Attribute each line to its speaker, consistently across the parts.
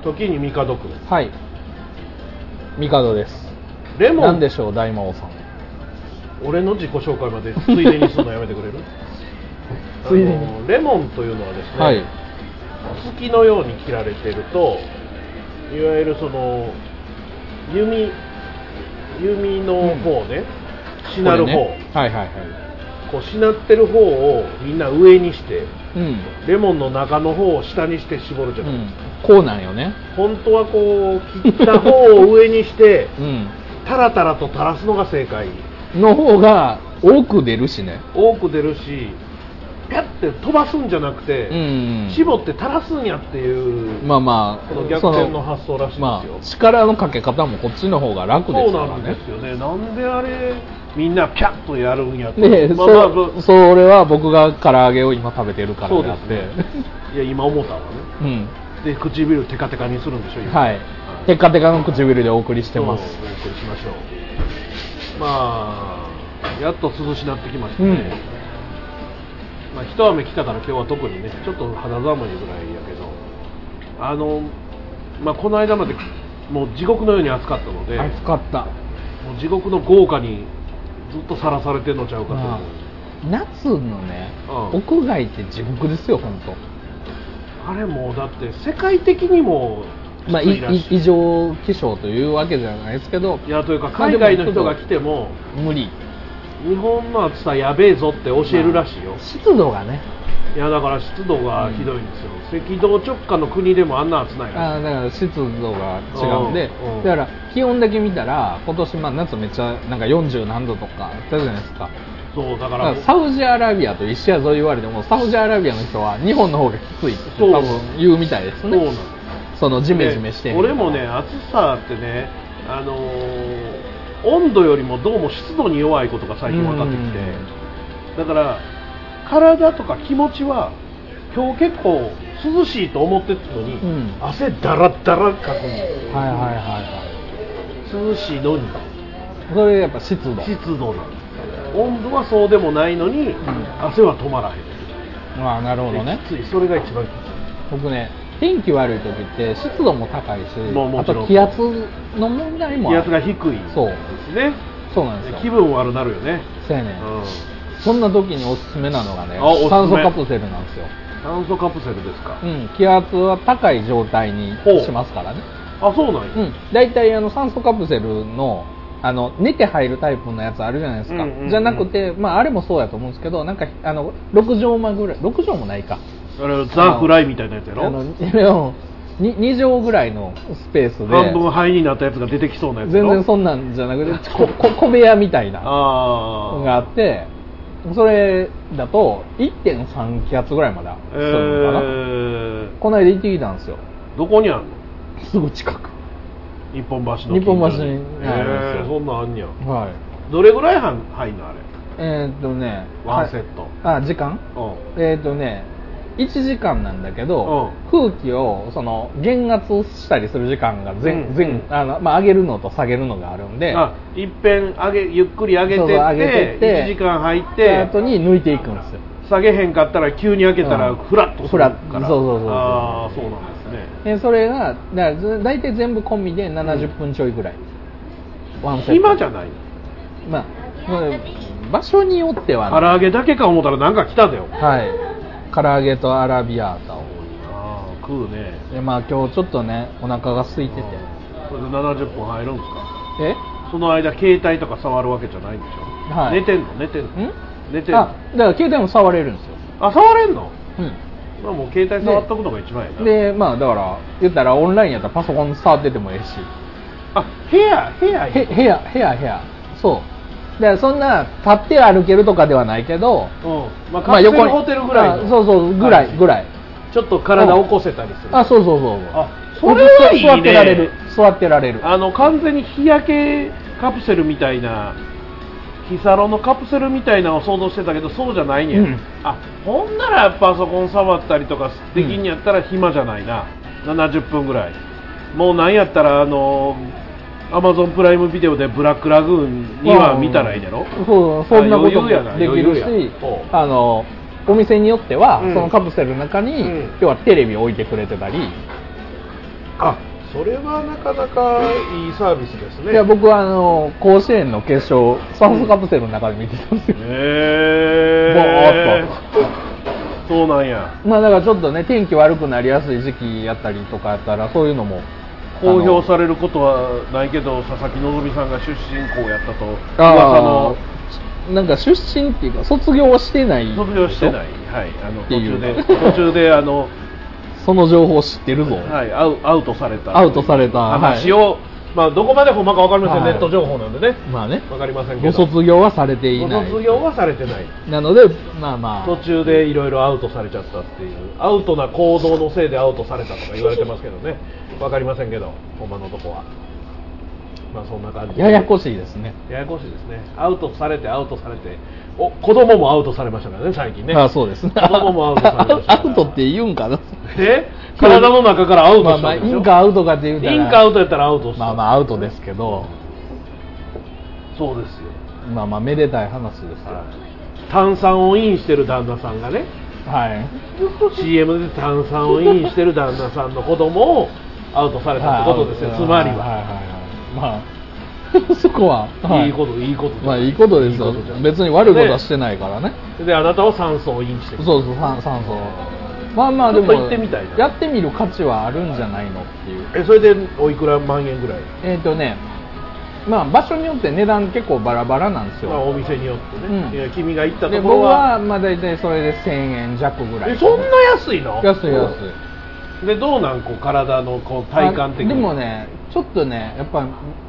Speaker 1: 時に帝区
Speaker 2: はい帝です
Speaker 1: レモ
Speaker 2: 何
Speaker 1: ン
Speaker 2: でしょう大魔王さん
Speaker 1: 俺の自己紹介までついでにするのやめてくれる
Speaker 2: ついでに
Speaker 1: あのレモンというのはですね、
Speaker 2: はい
Speaker 1: 月のように切られているといわゆるその弓弓の方ね、しなる
Speaker 2: こ
Speaker 1: 方、
Speaker 2: れねはいはいはい
Speaker 1: こうしなってる方をみんな上にして
Speaker 2: うん、
Speaker 1: レモンの中の方を下にして絞るじ
Speaker 2: う
Speaker 1: ゃないですか、
Speaker 2: ん、こうなんよね
Speaker 1: 本当はこう切った方を上にして
Speaker 2: うん
Speaker 1: タラタラと垂らすのが正解
Speaker 2: の方が多く出るしね
Speaker 1: 多く出るしピャッて飛ばすんじゃなく
Speaker 2: う
Speaker 1: て、
Speaker 2: ん
Speaker 1: 絞って垂らすんやっていう、
Speaker 2: まあまあ
Speaker 1: この逆転の発想らしいですよ、
Speaker 2: まあ力のかけ方もこっちの方が楽で
Speaker 1: そう
Speaker 2: すか
Speaker 1: な
Speaker 2: ら
Speaker 1: ん
Speaker 2: ね
Speaker 1: ですよねなんであれみんなピャッとやるんやと
Speaker 2: で、
Speaker 1: まあまあ
Speaker 2: そそれは僕が唐揚げを今食べてるから
Speaker 1: そう
Speaker 2: であ
Speaker 1: で
Speaker 2: っ
Speaker 1: す
Speaker 2: て
Speaker 1: ねいや今思ったわね
Speaker 2: うん
Speaker 1: で唇テカテカにするんでしょ今
Speaker 2: はいテカテカの唇でお送りしてます
Speaker 1: そうお送りしましょうまあやっと涼しなってきましたね、まあ、一雨来たから今日は特にねちょっと肌寒いぐらいやけどあの、まあ、この間までもう地獄のように暑かったので
Speaker 2: 暑かった
Speaker 1: もう地獄の豪華にずっとさらされてんのちゃうかと思う
Speaker 2: まあ夏のね、
Speaker 1: うん
Speaker 2: 屋外って地獄ですよ本
Speaker 1: あれもうだって世界的にも
Speaker 2: 当。まあ、
Speaker 1: きつ
Speaker 2: い
Speaker 1: いらしい
Speaker 2: い異常気象というわけじゃないですけど
Speaker 1: いやというか海外の人が来ても
Speaker 2: 無理
Speaker 1: 日本の暑さやべえぞって教えるらしいよ、
Speaker 2: まあ湿度がね
Speaker 1: いやだから湿度がひどいんですよ、赤道直下の国でもあんな暑ない
Speaker 2: あ
Speaker 1: よ
Speaker 2: ーだから湿度が違うんで
Speaker 1: うんうん
Speaker 2: だから気温だけ見たら今年まあ夏めっちゃなんか40何度とかあったじゃないですか
Speaker 1: そうだか
Speaker 2: だ
Speaker 1: ら
Speaker 2: からサウジアラビアと一緒やぞ言われてもサウジアラビアの人は日本の方がきついって
Speaker 1: そう
Speaker 2: 多分言うみたいです
Speaker 1: そうなんで
Speaker 2: ね
Speaker 1: す
Speaker 2: そのジメジメし
Speaker 1: で
Speaker 2: てへんから
Speaker 1: 俺もね暑さってねあのー温度よりもどうも湿度に弱いことが最近分かってきてだから体とか気持ちは今日結構涼しいと思ってたのに、
Speaker 2: うん
Speaker 1: 汗だらだらかくんですよ
Speaker 2: はいはいはいは
Speaker 1: 涼しいのに
Speaker 2: いそれやっぱ湿度
Speaker 1: 湿度なんです温度はそうでもないのに、
Speaker 2: ん
Speaker 1: 汗は止まらへん
Speaker 2: ああなるほどね
Speaker 1: きついそれが一番きつい
Speaker 2: 僕ね天気悪い時って湿度も高いし
Speaker 1: もうも
Speaker 2: あ
Speaker 1: ちろん
Speaker 2: と気圧の問題も
Speaker 1: 気
Speaker 2: あ
Speaker 1: 圧
Speaker 2: る
Speaker 1: が低いです
Speaker 2: そう
Speaker 1: ね
Speaker 2: そうなんです
Speaker 1: 気
Speaker 2: よ
Speaker 1: 分悪なるよね、
Speaker 2: そうやね
Speaker 1: うん
Speaker 2: ん、そんな時におすすめなのがね
Speaker 1: あおすすめ
Speaker 2: 酸素カプセルなんですよ、
Speaker 1: 炭素カプセルですか、
Speaker 2: うん、気圧は高い状態に
Speaker 1: ほう
Speaker 2: しますからね
Speaker 1: あそうなんや、
Speaker 2: うん大体あの酸素カプセルのあの寝て入るタイプのやつあるじゃないですか、
Speaker 1: うんうんうん
Speaker 2: じゃなくて、まあ、あれもそうやと思うんですけどなんかあの6畳間ぐらい6畳もないか
Speaker 1: あれザ・フライみたいなやつや
Speaker 2: あ
Speaker 1: ろ
Speaker 2: の 2, 畳ぐらいのスペースで
Speaker 1: 半分灰になったやつが出てきそうなやつや
Speaker 2: 全
Speaker 1: ろ
Speaker 2: 然そんなんじゃなく てここ小部屋みたいな
Speaker 1: あ
Speaker 2: の
Speaker 1: あ
Speaker 2: があってそれだと1.3気圧ぐらいまで
Speaker 1: え
Speaker 2: するのかな、
Speaker 1: ー、
Speaker 2: この間行ってきたんですよ
Speaker 1: どこにあんの
Speaker 2: すぐ近く
Speaker 1: 日本橋の
Speaker 2: 日本橋に
Speaker 1: え
Speaker 2: あるんです
Speaker 1: ー、
Speaker 2: よ
Speaker 1: そんなんあんにゃ
Speaker 2: はい
Speaker 1: どれぐらいはん入んのあれ
Speaker 2: えーっとね
Speaker 1: ワンセット、
Speaker 2: あ時間えーっとね1時間なんだけど、空気をその減圧したりする時間が全、
Speaker 1: うん
Speaker 2: 全あのまあ、上げるのと下げるのがあるん
Speaker 1: う
Speaker 2: で
Speaker 1: んあいっぺん上げゆっくり上げて
Speaker 2: そ
Speaker 1: っ
Speaker 2: う
Speaker 1: て
Speaker 2: そう上げてって
Speaker 1: 1時間入っ
Speaker 2: で
Speaker 1: て
Speaker 2: 後に抜いていくんですよ
Speaker 1: 下げへんかったら急に開けたら
Speaker 2: うん
Speaker 1: フラッとするから、
Speaker 2: フラッそうそうそうそう
Speaker 1: ああそうなんですね
Speaker 2: でそれがだから大体全部込みで70分ちょいぐらい、ワンセット
Speaker 1: 今じゃない
Speaker 2: まあまあ場所によっては
Speaker 1: 唐
Speaker 2: ね
Speaker 1: 揚げだけか思ったらなんか来ただよ
Speaker 2: はい唐揚げとアラビアータを
Speaker 1: ああ食うね
Speaker 2: でまあ今日ちょっとねお腹が空いてて
Speaker 1: それで70分入るんですか
Speaker 2: え
Speaker 1: その間携帯とか触るわけじゃないんでしょ、
Speaker 2: はい
Speaker 1: 寝てんの寝てんの
Speaker 2: ん
Speaker 1: 寝てんの
Speaker 2: あ
Speaker 1: あ
Speaker 2: だから携帯も触れるんですよ、
Speaker 1: 触れんの
Speaker 2: う、
Speaker 1: まあもう携帯触っとくのが一番やなん
Speaker 2: でまあだから言ったらオンラインやったらパソコン触っててもええし
Speaker 1: あ部屋部屋
Speaker 2: へ部屋部屋部屋そうだからそんな立って歩けるとかではないけど
Speaker 1: うんまあカプセルホテルぐらい
Speaker 2: あ
Speaker 1: の
Speaker 2: そうそうぐらいぐらい
Speaker 1: ちょっと体起こせたりする
Speaker 2: あそうそうそう
Speaker 1: あそれはいいね
Speaker 2: 座ってられる座ってられる
Speaker 1: あの完全に日焼けカプセルみたいな日サロのカプセルみたいなのを想像してたけどそうじゃないね、
Speaker 2: うん
Speaker 1: あほんならやっぱパソコン触ったりとかできんやったら暇じゃないな、70分ぐらいもうなんやったらあのアマゾンプライムビデオでブラックラグーンには見たらいいやろ
Speaker 2: そうそんなことも
Speaker 1: あ余裕やな
Speaker 2: できる
Speaker 1: 余裕
Speaker 2: し
Speaker 1: やほう
Speaker 2: あのお店によっては、
Speaker 1: うん
Speaker 2: そのカプセルの中に、
Speaker 1: うん
Speaker 2: 要はテレビ置いてくれてたり
Speaker 1: あそれはなかなかいいサービスですね
Speaker 2: いや僕はあの甲子園の決勝酸素カプセルの中で見てたんですよ、
Speaker 1: へえ
Speaker 2: ぼーっ
Speaker 1: そうなんや
Speaker 2: とまあだからちょっとね天気悪くなりやすい時期やったりとかやったらそういうのも
Speaker 1: 公表さ
Speaker 2: れ
Speaker 1: れることはないけど佐々木希さんが出身校やったと噂
Speaker 2: あ
Speaker 1: の
Speaker 2: あなんか出身っていうか卒業はしてない
Speaker 1: 卒業してない、はい、あの
Speaker 2: って
Speaker 1: 途
Speaker 2: いう
Speaker 1: 中で途中であの、
Speaker 2: その情報知ってるぞ、
Speaker 1: はい、アウアウトされた
Speaker 2: アウトされた
Speaker 1: 話を、まあ、どこまでほんまか分かりません、
Speaker 2: はい
Speaker 1: ネット情報なんでね
Speaker 2: まあね
Speaker 1: 分かりませんけ
Speaker 2: ご
Speaker 1: ど
Speaker 2: 卒業はされていない
Speaker 1: ご卒業はされてない
Speaker 2: なのでまあまあ
Speaker 1: 途中でいろいろアウトされちゃったっていうアウトな行動のせいでアウトされたとか言われてますけどね分かりませんけどほんまのとこはまあそんな感じで
Speaker 2: ややこしいですね
Speaker 1: ややこしいですねアウトされてアウトされてお子供もアウトされましたからね最近ね
Speaker 2: ああそうですね
Speaker 1: 子供もアウトされましたから
Speaker 2: アウトって言うんかな
Speaker 1: え体の中からアウト
Speaker 2: まあ
Speaker 1: した
Speaker 2: まあ
Speaker 1: ん
Speaker 2: イ
Speaker 1: でしょ
Speaker 2: ンかアウトかって言うたら
Speaker 1: インかアウトやったらアウトした
Speaker 2: まあまあアウトですけど
Speaker 1: そうですよ、
Speaker 2: まあまあめでたい話ですよ
Speaker 1: 炭酸をインしてる旦那さんがね
Speaker 2: はい
Speaker 1: CM で炭酸をインしてる旦那さんの子供をアウトされたってことですよ、
Speaker 2: はい
Speaker 1: つまりは、、
Speaker 2: はいはいはいまあそこは、はい
Speaker 1: いこといいこと
Speaker 2: まあいいことですよ別に悪いことはしてないからね
Speaker 1: てであなたは酸素をインして
Speaker 2: そ
Speaker 1: る
Speaker 2: うそう酸酸素まあまあでも
Speaker 1: ちょっと行ってみたいな
Speaker 2: やってみる価値はあるんじゃないのっていう
Speaker 1: えそれでおいくら万円ぐらい、
Speaker 2: えっ、とねまあ場所によって値段結構バラバラなんですよ、
Speaker 1: まあ、お店によってね、
Speaker 2: うん
Speaker 1: いや君が行った
Speaker 2: で
Speaker 1: とこ
Speaker 2: 僕
Speaker 1: ろは
Speaker 2: はまあ大体それで1000円弱ぐらい
Speaker 1: えそんな安いの
Speaker 2: 安い安い
Speaker 1: いでどうなんこう体のこう体感的に
Speaker 2: あでもねちょっとねやっぱ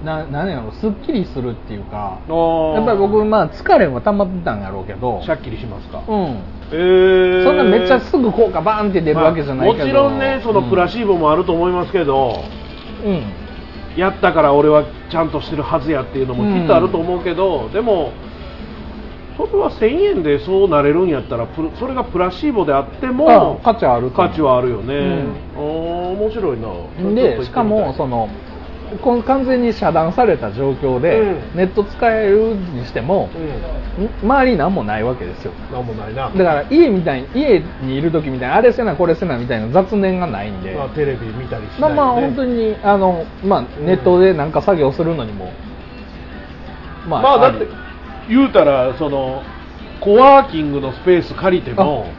Speaker 2: な何やろすっきりするっていうか
Speaker 1: あー
Speaker 2: やっぱり僕まあ疲れは溜まってたんやろうけど
Speaker 1: シャッキリしますか
Speaker 2: うん
Speaker 1: そ
Speaker 2: そん
Speaker 1: ん
Speaker 2: なめっちゃすぐ効果バーンって出るわけじゃないけど、
Speaker 1: もちろんねそのプラシーボもあると思いますけど、
Speaker 2: うん、うん
Speaker 1: やったから俺はちゃんとしてるはずやっていうのもきっとあると思うけど、でもそれは1000円でそうなれるんやったらプそれがプラシーボであっても
Speaker 2: あ価値はあると思う
Speaker 1: 価値はあるよね、
Speaker 2: う
Speaker 1: あー面白いな
Speaker 2: でしかもそ
Speaker 1: の
Speaker 2: のこん完全に遮断された状況で、
Speaker 1: うん
Speaker 2: ネット使えるにしても、
Speaker 1: うん
Speaker 2: ん周りに何もないわけですよ
Speaker 1: なんもないな
Speaker 2: だから家みたいに家にいる時みたいにあれせなこれせなみたいな雑念がないんで、
Speaker 1: まあ、テレビ見たりしない、ね、
Speaker 2: まあまあ本当にあの、まあ、ネットでなんか作業するのにも、
Speaker 1: まあ、だって
Speaker 2: り
Speaker 1: 言うたらそのコワーキングのスペース借りても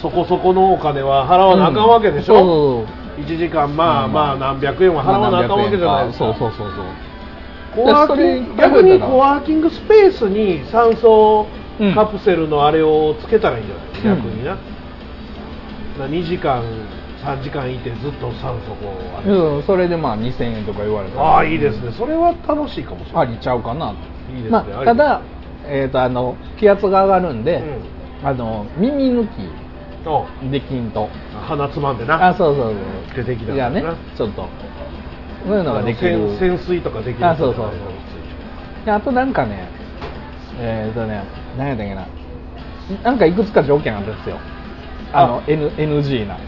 Speaker 1: そこそこのお金は払わなあかんわけでし
Speaker 2: うん
Speaker 1: ょ、
Speaker 2: そうそうそう
Speaker 1: 一1時間まあ
Speaker 2: うん
Speaker 1: まあ何百円は払わなあかんわけじゃないですか、
Speaker 2: そうそうそうそう
Speaker 1: コワーキング逆にコワーキングスペースに酸素カプセルのあれをつけたらいいんじゃない、
Speaker 2: うん
Speaker 1: 逆にな2時間3時間いてずっと酸素こうあれ
Speaker 2: うんそれでまあ2000円とか言われたら
Speaker 1: ああいいですねそれは楽しいかもしれな
Speaker 2: あ
Speaker 1: い
Speaker 2: りちゃうかなと
Speaker 1: いいですね
Speaker 2: ま
Speaker 1: あ
Speaker 2: あ、
Speaker 1: り
Speaker 2: ただ、えー、とあの気圧が上がるんで、
Speaker 1: う
Speaker 2: あの耳抜
Speaker 1: お
Speaker 2: きできんと
Speaker 1: 鼻つまんでな
Speaker 2: あそうそうそう
Speaker 1: 出てきたん
Speaker 2: い
Speaker 1: だ
Speaker 2: や
Speaker 1: な
Speaker 2: ねちょっとそういうのができ
Speaker 1: あ
Speaker 2: る
Speaker 1: の潜潜水とかできる
Speaker 2: あそうそうであとなんかねえっ、とね何やったっけななんかいくつか条件あるんですよあの
Speaker 1: あ
Speaker 2: N NG な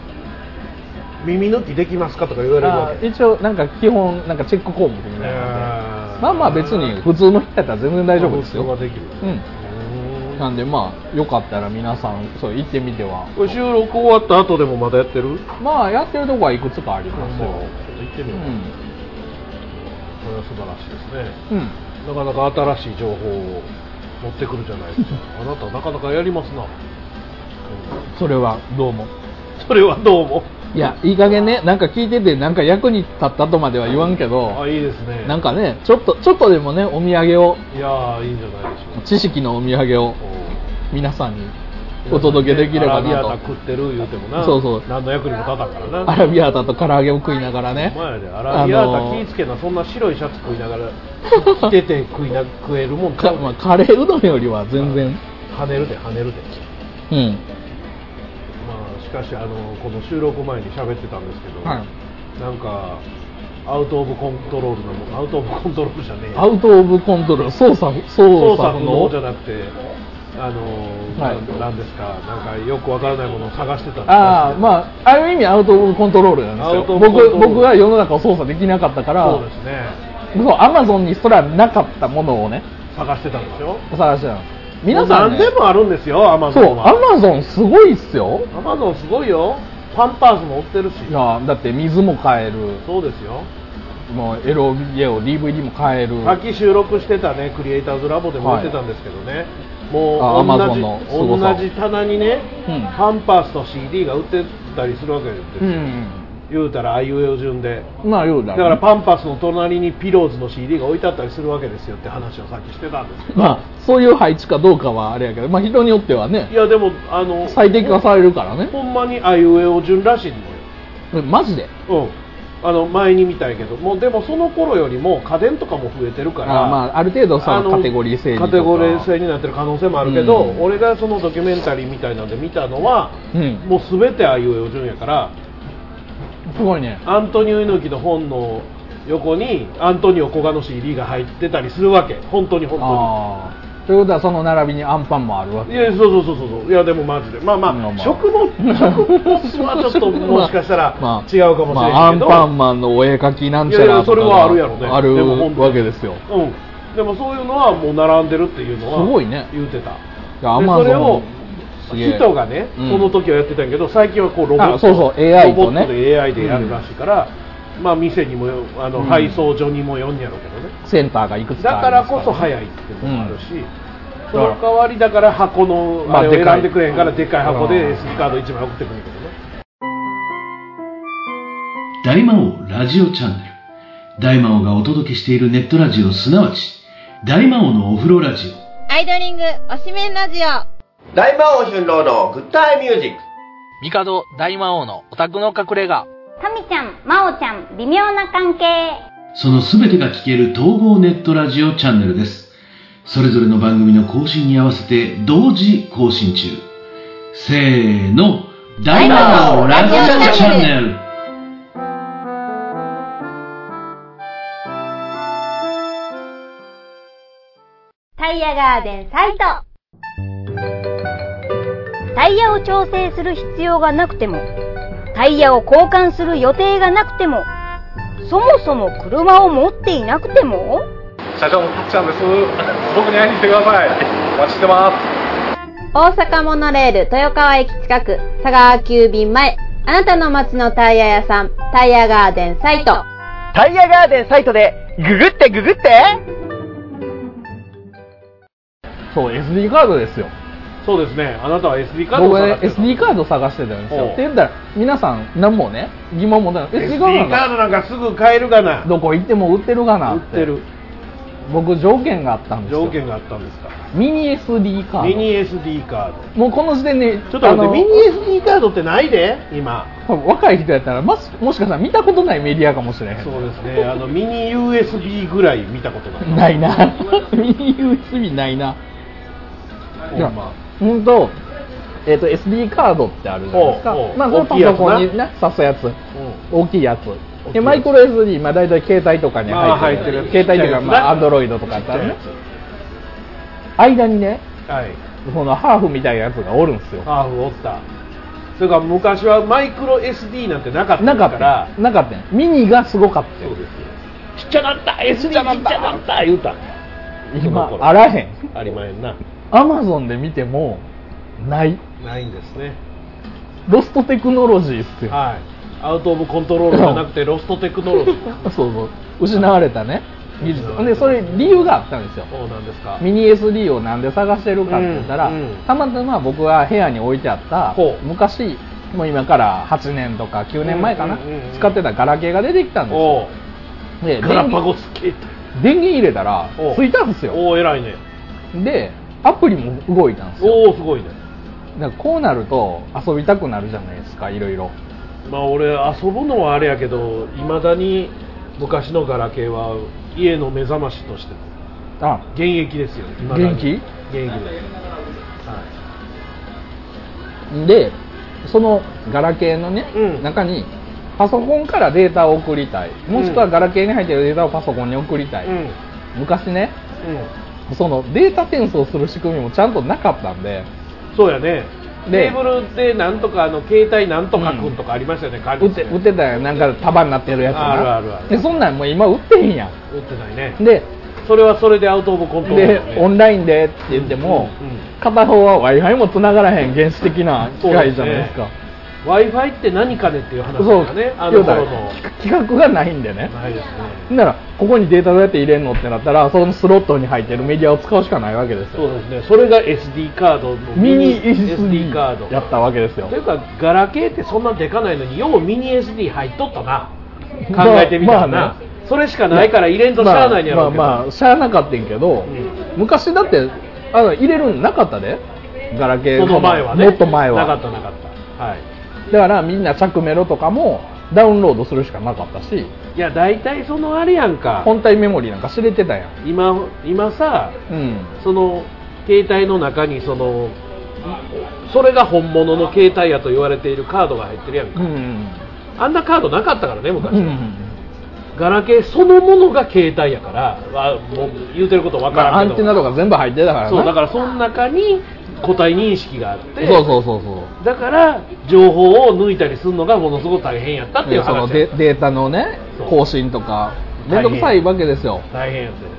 Speaker 1: 耳抜きできますかとか言われるわ
Speaker 2: あ
Speaker 1: け
Speaker 2: 一応なんか基本なんかチェック項目みたいなので
Speaker 1: あー
Speaker 2: まあまあ別に普通の人やったら全然大丈夫ですよ
Speaker 1: まあ普通はできる
Speaker 2: うん
Speaker 1: うーん
Speaker 2: なんでまあよかったら皆さんそう行ってみては
Speaker 1: これ収録終わった後でもまだやってる
Speaker 2: まあやってるとこはいくつかあり
Speaker 1: ちょ
Speaker 2: ま
Speaker 1: っ
Speaker 2: す
Speaker 1: と
Speaker 2: よ
Speaker 1: 行って
Speaker 2: う
Speaker 1: みよう、
Speaker 2: ん、
Speaker 1: これは素晴らしいですね
Speaker 2: う
Speaker 1: な
Speaker 2: ん、
Speaker 1: かなか新しい情報を持ってくるじゃ ないですかあなたなかなかやりますな、う
Speaker 2: それはどうも
Speaker 1: んそれはどうも
Speaker 2: いやいい加減ねなんか聞いててなんか役に立ったとまでは言わんけど
Speaker 1: あいいですね
Speaker 2: なんかねちょっとちょっとでもねお土産を
Speaker 1: いやーいいんじゃないでしょうか
Speaker 2: 知識のお土産を皆さんにお届けできれば
Speaker 1: ア
Speaker 2: な
Speaker 1: ラビアータ食
Speaker 2: と
Speaker 1: ってる言うてもな
Speaker 2: そうそう
Speaker 1: 何の役にも立たんからな
Speaker 2: アラビアータと唐揚げを食いながらね
Speaker 1: お前やでアラビアータ気ぃつけなそんな白いシャツ食いなが ら着てて食いな食えるもん
Speaker 2: か
Speaker 1: う
Speaker 2: まあ、カレーうどんよりは全然
Speaker 1: 跳ねるで跳ねるで
Speaker 2: うん
Speaker 1: まあしかしあのこの収録前に喋ってたんですけど、
Speaker 2: は
Speaker 1: なんかアウト・オブ・コントロールのもアウト・オブ・コントロールじゃねえ
Speaker 2: アウト・オブ・コントロール操作
Speaker 1: 操
Speaker 2: 操
Speaker 1: 作
Speaker 2: 作
Speaker 1: の方
Speaker 2: の
Speaker 1: じゃなくてあの、
Speaker 2: はい
Speaker 1: ななんですかなんかよくわからないものを探してたんですけど
Speaker 2: ああまあある意味アウト・オブ・コントロールなんです
Speaker 1: アウトオ
Speaker 2: よ
Speaker 1: ブコントロー
Speaker 2: 僕
Speaker 1: ル
Speaker 2: 僕は世の中を操作できなかったから
Speaker 1: そうですね
Speaker 2: そうアマゾンにすらなかったものをね
Speaker 1: 探してたんですよ
Speaker 2: 探してたんです皆さん、
Speaker 1: も
Speaker 2: ね、
Speaker 1: う何でもあるんですよアマゾ
Speaker 2: そう
Speaker 1: ンは
Speaker 2: アマゾンすごいっすよ
Speaker 1: アマゾンすごいよパンパースも売ってるし
Speaker 2: いやだって水も買える
Speaker 1: そうですよ
Speaker 2: もうエロゲオ DVD も買える
Speaker 1: さっき収録してたねクリエイターズラボでも売ってたんですけどね、
Speaker 2: あ
Speaker 1: も
Speaker 2: Amazon の
Speaker 1: う同
Speaker 2: 凄
Speaker 1: じ
Speaker 2: さを
Speaker 1: 同じ棚にね、
Speaker 2: うん
Speaker 1: パンパースと CD が売ってたりするわけですよ、
Speaker 2: うん
Speaker 1: 言うたらあいうえお順で
Speaker 2: まあよう
Speaker 1: だ
Speaker 2: だろ
Speaker 1: か
Speaker 2: うね
Speaker 1: らパンパスの隣にピローズの CD が置いてあったりするわけですよって話をさっきしてたんですけど
Speaker 2: まあそういう配置かどうかはあれやけどまあ人によってはね
Speaker 1: いやでもあの
Speaker 2: 最適化されるからね
Speaker 1: ほんまにあいうえお順らしいのよ
Speaker 2: うんマジで
Speaker 1: うんあの前に見たいけどもうでもその頃よりも家電とかも増えてるから
Speaker 2: あまあある程度その
Speaker 1: あの
Speaker 2: カテゴリー整理とか
Speaker 1: カテゴリー制になってる可能性もあるけど、
Speaker 2: うん
Speaker 1: 俺がそのドキュメンタリーみたいなんで見たのは、
Speaker 2: うん
Speaker 1: もう全てあいうえお順やから
Speaker 2: すごいね
Speaker 1: アントニオ猪木の本の横にアントニオ古賀の CD が入ってたりするわけ本当に本当
Speaker 2: ああということはその並びにアンパンもあるわ
Speaker 1: に
Speaker 2: け
Speaker 1: いやそうそうそうそうそういやでもマジでまあまあ、
Speaker 2: まあまあ
Speaker 1: 食も食もはちょっともしかした ら
Speaker 2: まあ
Speaker 1: 違うかもしれ
Speaker 2: まあ
Speaker 1: ないけど、
Speaker 2: アンパンマンのお絵描きなん
Speaker 1: い
Speaker 2: ちゃ
Speaker 1: やい
Speaker 2: ら
Speaker 1: や
Speaker 2: とか
Speaker 1: それはあるやろね
Speaker 2: あ
Speaker 1: でも本
Speaker 2: る
Speaker 1: 当に
Speaker 2: わけですよ
Speaker 1: うんでもそういうのはもう並んでるっていうのは
Speaker 2: すごいね
Speaker 1: 言うてた
Speaker 2: いや
Speaker 1: で
Speaker 2: Amazon
Speaker 1: それを
Speaker 2: すげえ
Speaker 1: 人がね、
Speaker 2: うん
Speaker 1: その時はやってたんやけど最近はこうロボット
Speaker 2: あそうそう AI とね
Speaker 1: ロボットで AI でやるらしいから、まあ店にもよあの、
Speaker 2: うん
Speaker 1: 配送所にもよんやろうけどね
Speaker 2: センターがいくつ
Speaker 1: だ
Speaker 2: か
Speaker 1: か
Speaker 2: ありま
Speaker 1: ら
Speaker 2: す
Speaker 1: こそ早いっ
Speaker 2: ね
Speaker 1: ていうのもあるし、
Speaker 2: ん
Speaker 1: その代わりだから箱の
Speaker 2: まあ
Speaker 1: あれを
Speaker 2: でかい
Speaker 1: 選んでくれへんからでかい箱
Speaker 2: う
Speaker 1: で
Speaker 2: ん
Speaker 1: SD カード1枚送ってくるんやけどね
Speaker 3: 大魔王ラジオチャンネル。大魔王がお届けしているネットラジオ、すなわち、大魔王のお風呂ラジオ。
Speaker 4: アイドリング、おしめんラジオ。
Speaker 5: 大魔王春郎のグッタイミュージック。
Speaker 6: 帝大魔王のオタクの隠れ家
Speaker 4: タミちゃん、マオちゃん、微妙な関係。
Speaker 3: そのすべてが聞ける統合ネットラジオチャンネルです。それぞれの番組の更新に合わせて同時更新中。せーの、大魔王ラジオチャンネル。
Speaker 4: タイヤガーデンサイト。タイヤを調整する必要がなくても、タイヤを交換する予定がなくても、そもそも車を持っていなくても、
Speaker 7: 社長のたっちゃんです。僕に会いに来てください。お待ちしてます。
Speaker 8: 大阪モノレール豊川駅近く佐川急便前あなたの街のタイヤ屋さんタイヤガーデンサイト
Speaker 9: タイヤガーデンサイトでググってググって
Speaker 2: そう SD カードですよ
Speaker 1: そうですねあなたは SD カード
Speaker 2: 僕
Speaker 1: を
Speaker 2: は
Speaker 1: 探
Speaker 2: ね
Speaker 1: してた
Speaker 2: SD カード探してたんです
Speaker 1: おう
Speaker 2: よって言ったら皆さん何もね疑問持たない SD カード
Speaker 1: SD カ
Speaker 2: な
Speaker 1: ー
Speaker 2: んか
Speaker 1: ドなんかすぐ買えるがな
Speaker 2: どこ行っても売ってるかな
Speaker 1: 売っ
Speaker 2: って
Speaker 1: てる
Speaker 2: 僕条件があったんですよ
Speaker 1: 条件があったんですか
Speaker 2: ミニ SD カード
Speaker 1: ミニ SD カード
Speaker 2: もうこの時点で
Speaker 1: ちょっと待
Speaker 2: あ
Speaker 1: っ
Speaker 2: の
Speaker 1: てミニ SD カードってないで今
Speaker 2: 若い人やったらもしもしかしたら見たことないメディアかもしれへん
Speaker 1: そうです ねあのミニ USB ぐらい見たことない
Speaker 2: ない なミニ USB ないな
Speaker 1: ほ
Speaker 2: い
Speaker 1: ん
Speaker 2: や
Speaker 1: ま
Speaker 2: ほんと,、えー、と SD カードってあるじゃないですか
Speaker 1: おうおう
Speaker 2: まあ
Speaker 1: 大
Speaker 2: こ
Speaker 1: きい
Speaker 2: れ
Speaker 1: や
Speaker 2: パ
Speaker 1: つな
Speaker 2: ソコンにね挿すやつ
Speaker 1: う
Speaker 2: 大きいや
Speaker 1: 大きい
Speaker 2: つ
Speaker 1: や
Speaker 2: で
Speaker 1: つ
Speaker 2: マイクロ SD 今大体携帯とかに
Speaker 1: まあ
Speaker 2: 入ってる,、
Speaker 1: 入ってる
Speaker 2: 携帯と
Speaker 1: ちっちゃい
Speaker 2: いうか
Speaker 1: やつな
Speaker 2: まあアンドロイドとかやったらね間にね
Speaker 1: んはい
Speaker 2: そのハーフみたいなやつがおるんですよ
Speaker 1: ハーフおったそれから昔はマイクロ SD なんてなかった
Speaker 2: なか
Speaker 1: か
Speaker 2: っ
Speaker 1: ら
Speaker 2: たなかったんやミニがすごかった
Speaker 1: そうで
Speaker 2: よ
Speaker 1: すよ
Speaker 2: ちっちゃなった SD ちっちゃなった言うた今
Speaker 1: その頃
Speaker 2: あらへん
Speaker 1: ありまへんな
Speaker 2: アマゾンで見てもない
Speaker 1: ないんですね
Speaker 2: ロストテクノロジーっすよ
Speaker 1: はいアウト・オブ・コントロールじゃなくてロストテクノロジー
Speaker 2: そうそう失われたね 技術
Speaker 1: 失われた
Speaker 2: でそれ理由があったんですよ
Speaker 1: そうなんですか
Speaker 2: ミニ SD をなんで探してるかって言ったら、
Speaker 1: うんうん
Speaker 2: たまたま僕が部屋に置いてあった
Speaker 1: ほう
Speaker 2: 昔もう今から8年とか9年前かな、
Speaker 1: うんうんうんうん
Speaker 2: 使ってたガラケーが出てきたんで
Speaker 1: おう
Speaker 2: すよで
Speaker 1: ガラパゴ
Speaker 2: 源
Speaker 1: スケー
Speaker 2: 電源入れたら
Speaker 1: おう
Speaker 2: ついたんです
Speaker 1: ト
Speaker 2: よ
Speaker 1: おお偉いね
Speaker 2: でアプリも動いたんですよ
Speaker 1: おおすごいね
Speaker 2: だからこうなると遊びたくなるじゃないですかいろいろ
Speaker 1: まあ俺遊ぶのはあれやけどいまだに昔のガラケーは家の目覚ましとして
Speaker 2: あ
Speaker 1: 現役ですよ未だに
Speaker 2: 現役
Speaker 1: 現役ですは
Speaker 2: でそのガラケーのね、
Speaker 1: うん
Speaker 2: 中にパソコンからデータを送りたいもしくはガラケーに入ってるデータをパソコンに送りたい、
Speaker 1: いうん
Speaker 2: 昔ね
Speaker 1: う
Speaker 2: そのデータ転送する仕組みもちゃんとなかったんで
Speaker 1: んそうやねテ
Speaker 2: で
Speaker 1: ーブルでなんとかあの携帯なんとかくんとかありましたよね管
Speaker 2: 売
Speaker 1: 理
Speaker 2: って
Speaker 1: 室
Speaker 2: 売ってたやんなんか束になってるやつな
Speaker 1: あるあるある
Speaker 2: でそんなんもう今売ってへんや
Speaker 1: 売ってないね
Speaker 2: んで
Speaker 1: それはそれでアウト・オブ・コントロール
Speaker 2: で
Speaker 1: だね、
Speaker 2: オンラインでって言っても、
Speaker 1: うんうん
Speaker 2: 片方は w i f i もつながらへん原始的な機械じゃないですか
Speaker 1: w i f i って何かねっていう話
Speaker 2: そう
Speaker 1: がねあ
Speaker 2: 要
Speaker 1: の
Speaker 2: す
Speaker 1: 頃
Speaker 2: るに
Speaker 1: の
Speaker 2: 企画がないんでね
Speaker 1: ないですね
Speaker 2: ならここにデータどうやって入れるのってなったらそのスロットに入ってるメディアを使うしかないわけです
Speaker 1: そ
Speaker 2: よ
Speaker 1: うですねそれが SD カードの
Speaker 2: ミニ
Speaker 1: SD
Speaker 2: SD
Speaker 1: カード
Speaker 2: やったわけですよ
Speaker 1: というかガラケーってそんなでかないのにようミニ SD 入っとったな考えてみたらな、
Speaker 2: まあまあね
Speaker 1: それしかないから入れんとしゃあないんやろうけど、
Speaker 2: まあまあまあしゃあなかったんやけど、
Speaker 1: ん
Speaker 2: 昔だってあの入れるんなかったでガラケー
Speaker 1: その前はね
Speaker 2: もっと前は
Speaker 1: なかったなかったはい
Speaker 2: だからみんな着メロとかもダウンロードするしかなかったし
Speaker 1: いや大体そのあれやんか
Speaker 2: 本体メモリーなんか知れてたやん
Speaker 1: 今今さ
Speaker 2: うん
Speaker 1: その携帯の中にそのそれが本物の携帯やと言われているカードが入ってるやん
Speaker 2: う
Speaker 1: か、
Speaker 2: ん
Speaker 1: あんなカードなかったからね昔
Speaker 2: う
Speaker 1: は、
Speaker 2: ん
Speaker 1: ガラケーそのものが携帯やからあもう言うてること分
Speaker 2: まあ
Speaker 1: から
Speaker 2: ア
Speaker 1: んけ
Speaker 2: ン
Speaker 1: ど、
Speaker 2: テナとか全部入ってたからな
Speaker 1: そうだからその中に個体認識があって
Speaker 2: そうそうそうそう
Speaker 1: だから情報を抜いたりするのがものすごく大変やったっていう
Speaker 2: その
Speaker 1: 話や
Speaker 2: デデータのね
Speaker 1: そう
Speaker 2: 更新とか
Speaker 1: 大
Speaker 2: 面
Speaker 1: 変
Speaker 2: 倒くさいわけですよ
Speaker 1: 大変やったよ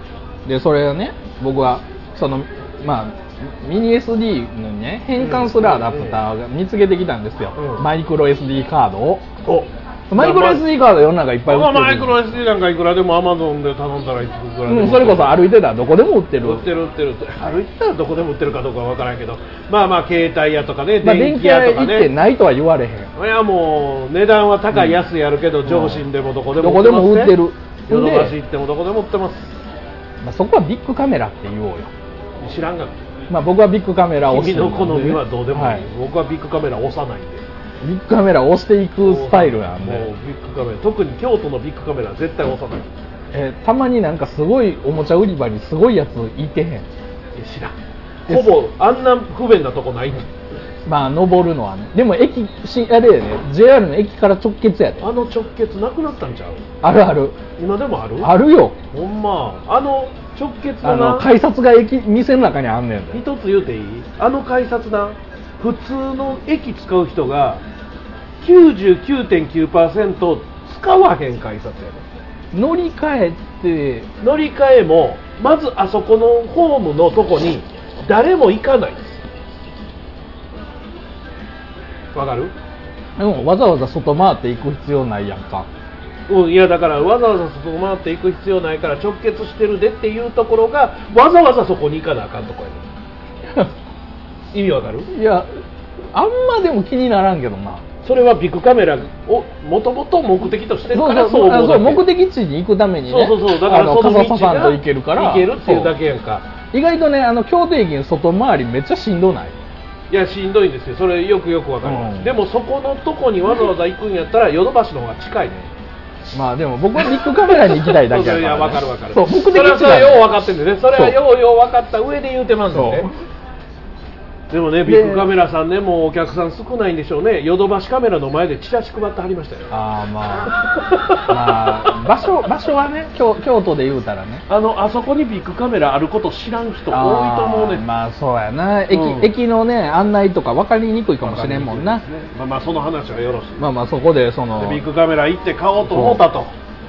Speaker 2: でそれをね僕はそのまあミニ SD のね変換するアダプターが見つけてきたんですよ、
Speaker 1: うん
Speaker 2: マイクロ SD カードを
Speaker 1: お
Speaker 2: マイクロ SD カード世の中いっぱい売って
Speaker 1: まあ
Speaker 2: る、
Speaker 1: マイクロ SD なんかいくらでも Amazon で頼んだらいくらでも、
Speaker 2: うん、それこそ歩いてたらどこでも売ってる
Speaker 1: 売ってる売ってるって歩いてたらどこでも売ってるかどうかわからんけどまあまあ携帯屋とかね
Speaker 2: まあ、
Speaker 1: 電
Speaker 2: 電
Speaker 1: 気
Speaker 2: 気
Speaker 1: 屋
Speaker 2: 屋
Speaker 1: とか
Speaker 2: 行って
Speaker 1: ね
Speaker 2: ないとは言われへん、
Speaker 1: いやもう値段は高い安いやるけど上心でもどこでも
Speaker 2: どこでも売ってる
Speaker 1: ヨドバシ
Speaker 2: で
Speaker 1: 行ってもどこでも売ってま
Speaker 2: まあ、そこはビッグカメラって言おうよ、
Speaker 1: す知らんがな
Speaker 2: まあ、僕はビッグカメラを
Speaker 1: 君の好みはどうでもいい、
Speaker 2: は
Speaker 1: 僕はビッグカメラ押さないんで
Speaker 2: ビッグカメラを押していくスタイルなん
Speaker 1: もう
Speaker 2: で、
Speaker 1: ビッグカメラ特に京都のビッグカメラは絶対押さない
Speaker 2: えーたまになんかすごいおもちゃ売り場にすごいやついてへん
Speaker 1: いや知ら
Speaker 2: え
Speaker 1: んほぼあんな不便なとこない
Speaker 2: まあ登るのはねでも駅しあれやね JR の駅から直結やで
Speaker 1: あの直結なくなったんちゃう
Speaker 2: あるある
Speaker 1: 今でもある
Speaker 2: あるよ
Speaker 1: ほんまあの直結
Speaker 2: あ
Speaker 1: だな
Speaker 2: の改札が駅店の中にあんねんで
Speaker 1: 一つ言うていいあの改札な普通の駅使う人が99.9%使わへん改札やね
Speaker 2: 乗り換えて
Speaker 1: 乗り換えもまずあそこのホームのとこに誰も行かないですわかる
Speaker 2: でもわざわざ外回って行く必要ないやんか
Speaker 1: うん、いやだからわざわざ外回っていく必要ないから直結してるでっていうところがわざわざそこに行かなあかんとこやね ん意味わかる
Speaker 2: いやあんまでも気にならんけどな
Speaker 1: それはビッグカメラをもともと目的としてるからそう
Speaker 2: あ
Speaker 1: 思う
Speaker 2: そう
Speaker 1: だけ
Speaker 2: 目的地に行くために
Speaker 1: そう
Speaker 2: ね
Speaker 1: そうそうだから
Speaker 2: あの
Speaker 1: その道
Speaker 2: 傘さん
Speaker 1: が
Speaker 2: と行けるから
Speaker 1: 行けるっていうだけやんか
Speaker 2: そう意外とねあの京都駅の外回りめっちゃしんどない
Speaker 1: いやしんどいんですよそれよくよくわかります、
Speaker 2: うん
Speaker 1: でもそこのとこにわざわざ行くんやったらヨドバシの方が近いね
Speaker 2: まあでも僕はビッグカメラに行きたいだ けやから、
Speaker 1: いやわかるわかる
Speaker 2: そう目的
Speaker 1: それは
Speaker 2: 地
Speaker 1: それは
Speaker 2: が
Speaker 1: よう分かってんでねそれはようよう分かった上で言うてますんでねでもねビッグカメラさんねもうお客さん少ないんでしょうねヨドバシカメラの前でチラシ配ってはりましたよ
Speaker 2: ああまあ、まあ、場所場所はね京京都で言うたらね
Speaker 1: あのあそこにビッグカメラあること知らん人多いと思うね
Speaker 2: あーまあそうやな駅,、
Speaker 1: うん
Speaker 2: 駅のね案内とか分かりにくいかもしれんもんな、
Speaker 1: まあまあその話はよろしい、
Speaker 2: まあまあそこでその
Speaker 1: でビッグカメラ行って買おうと思ったと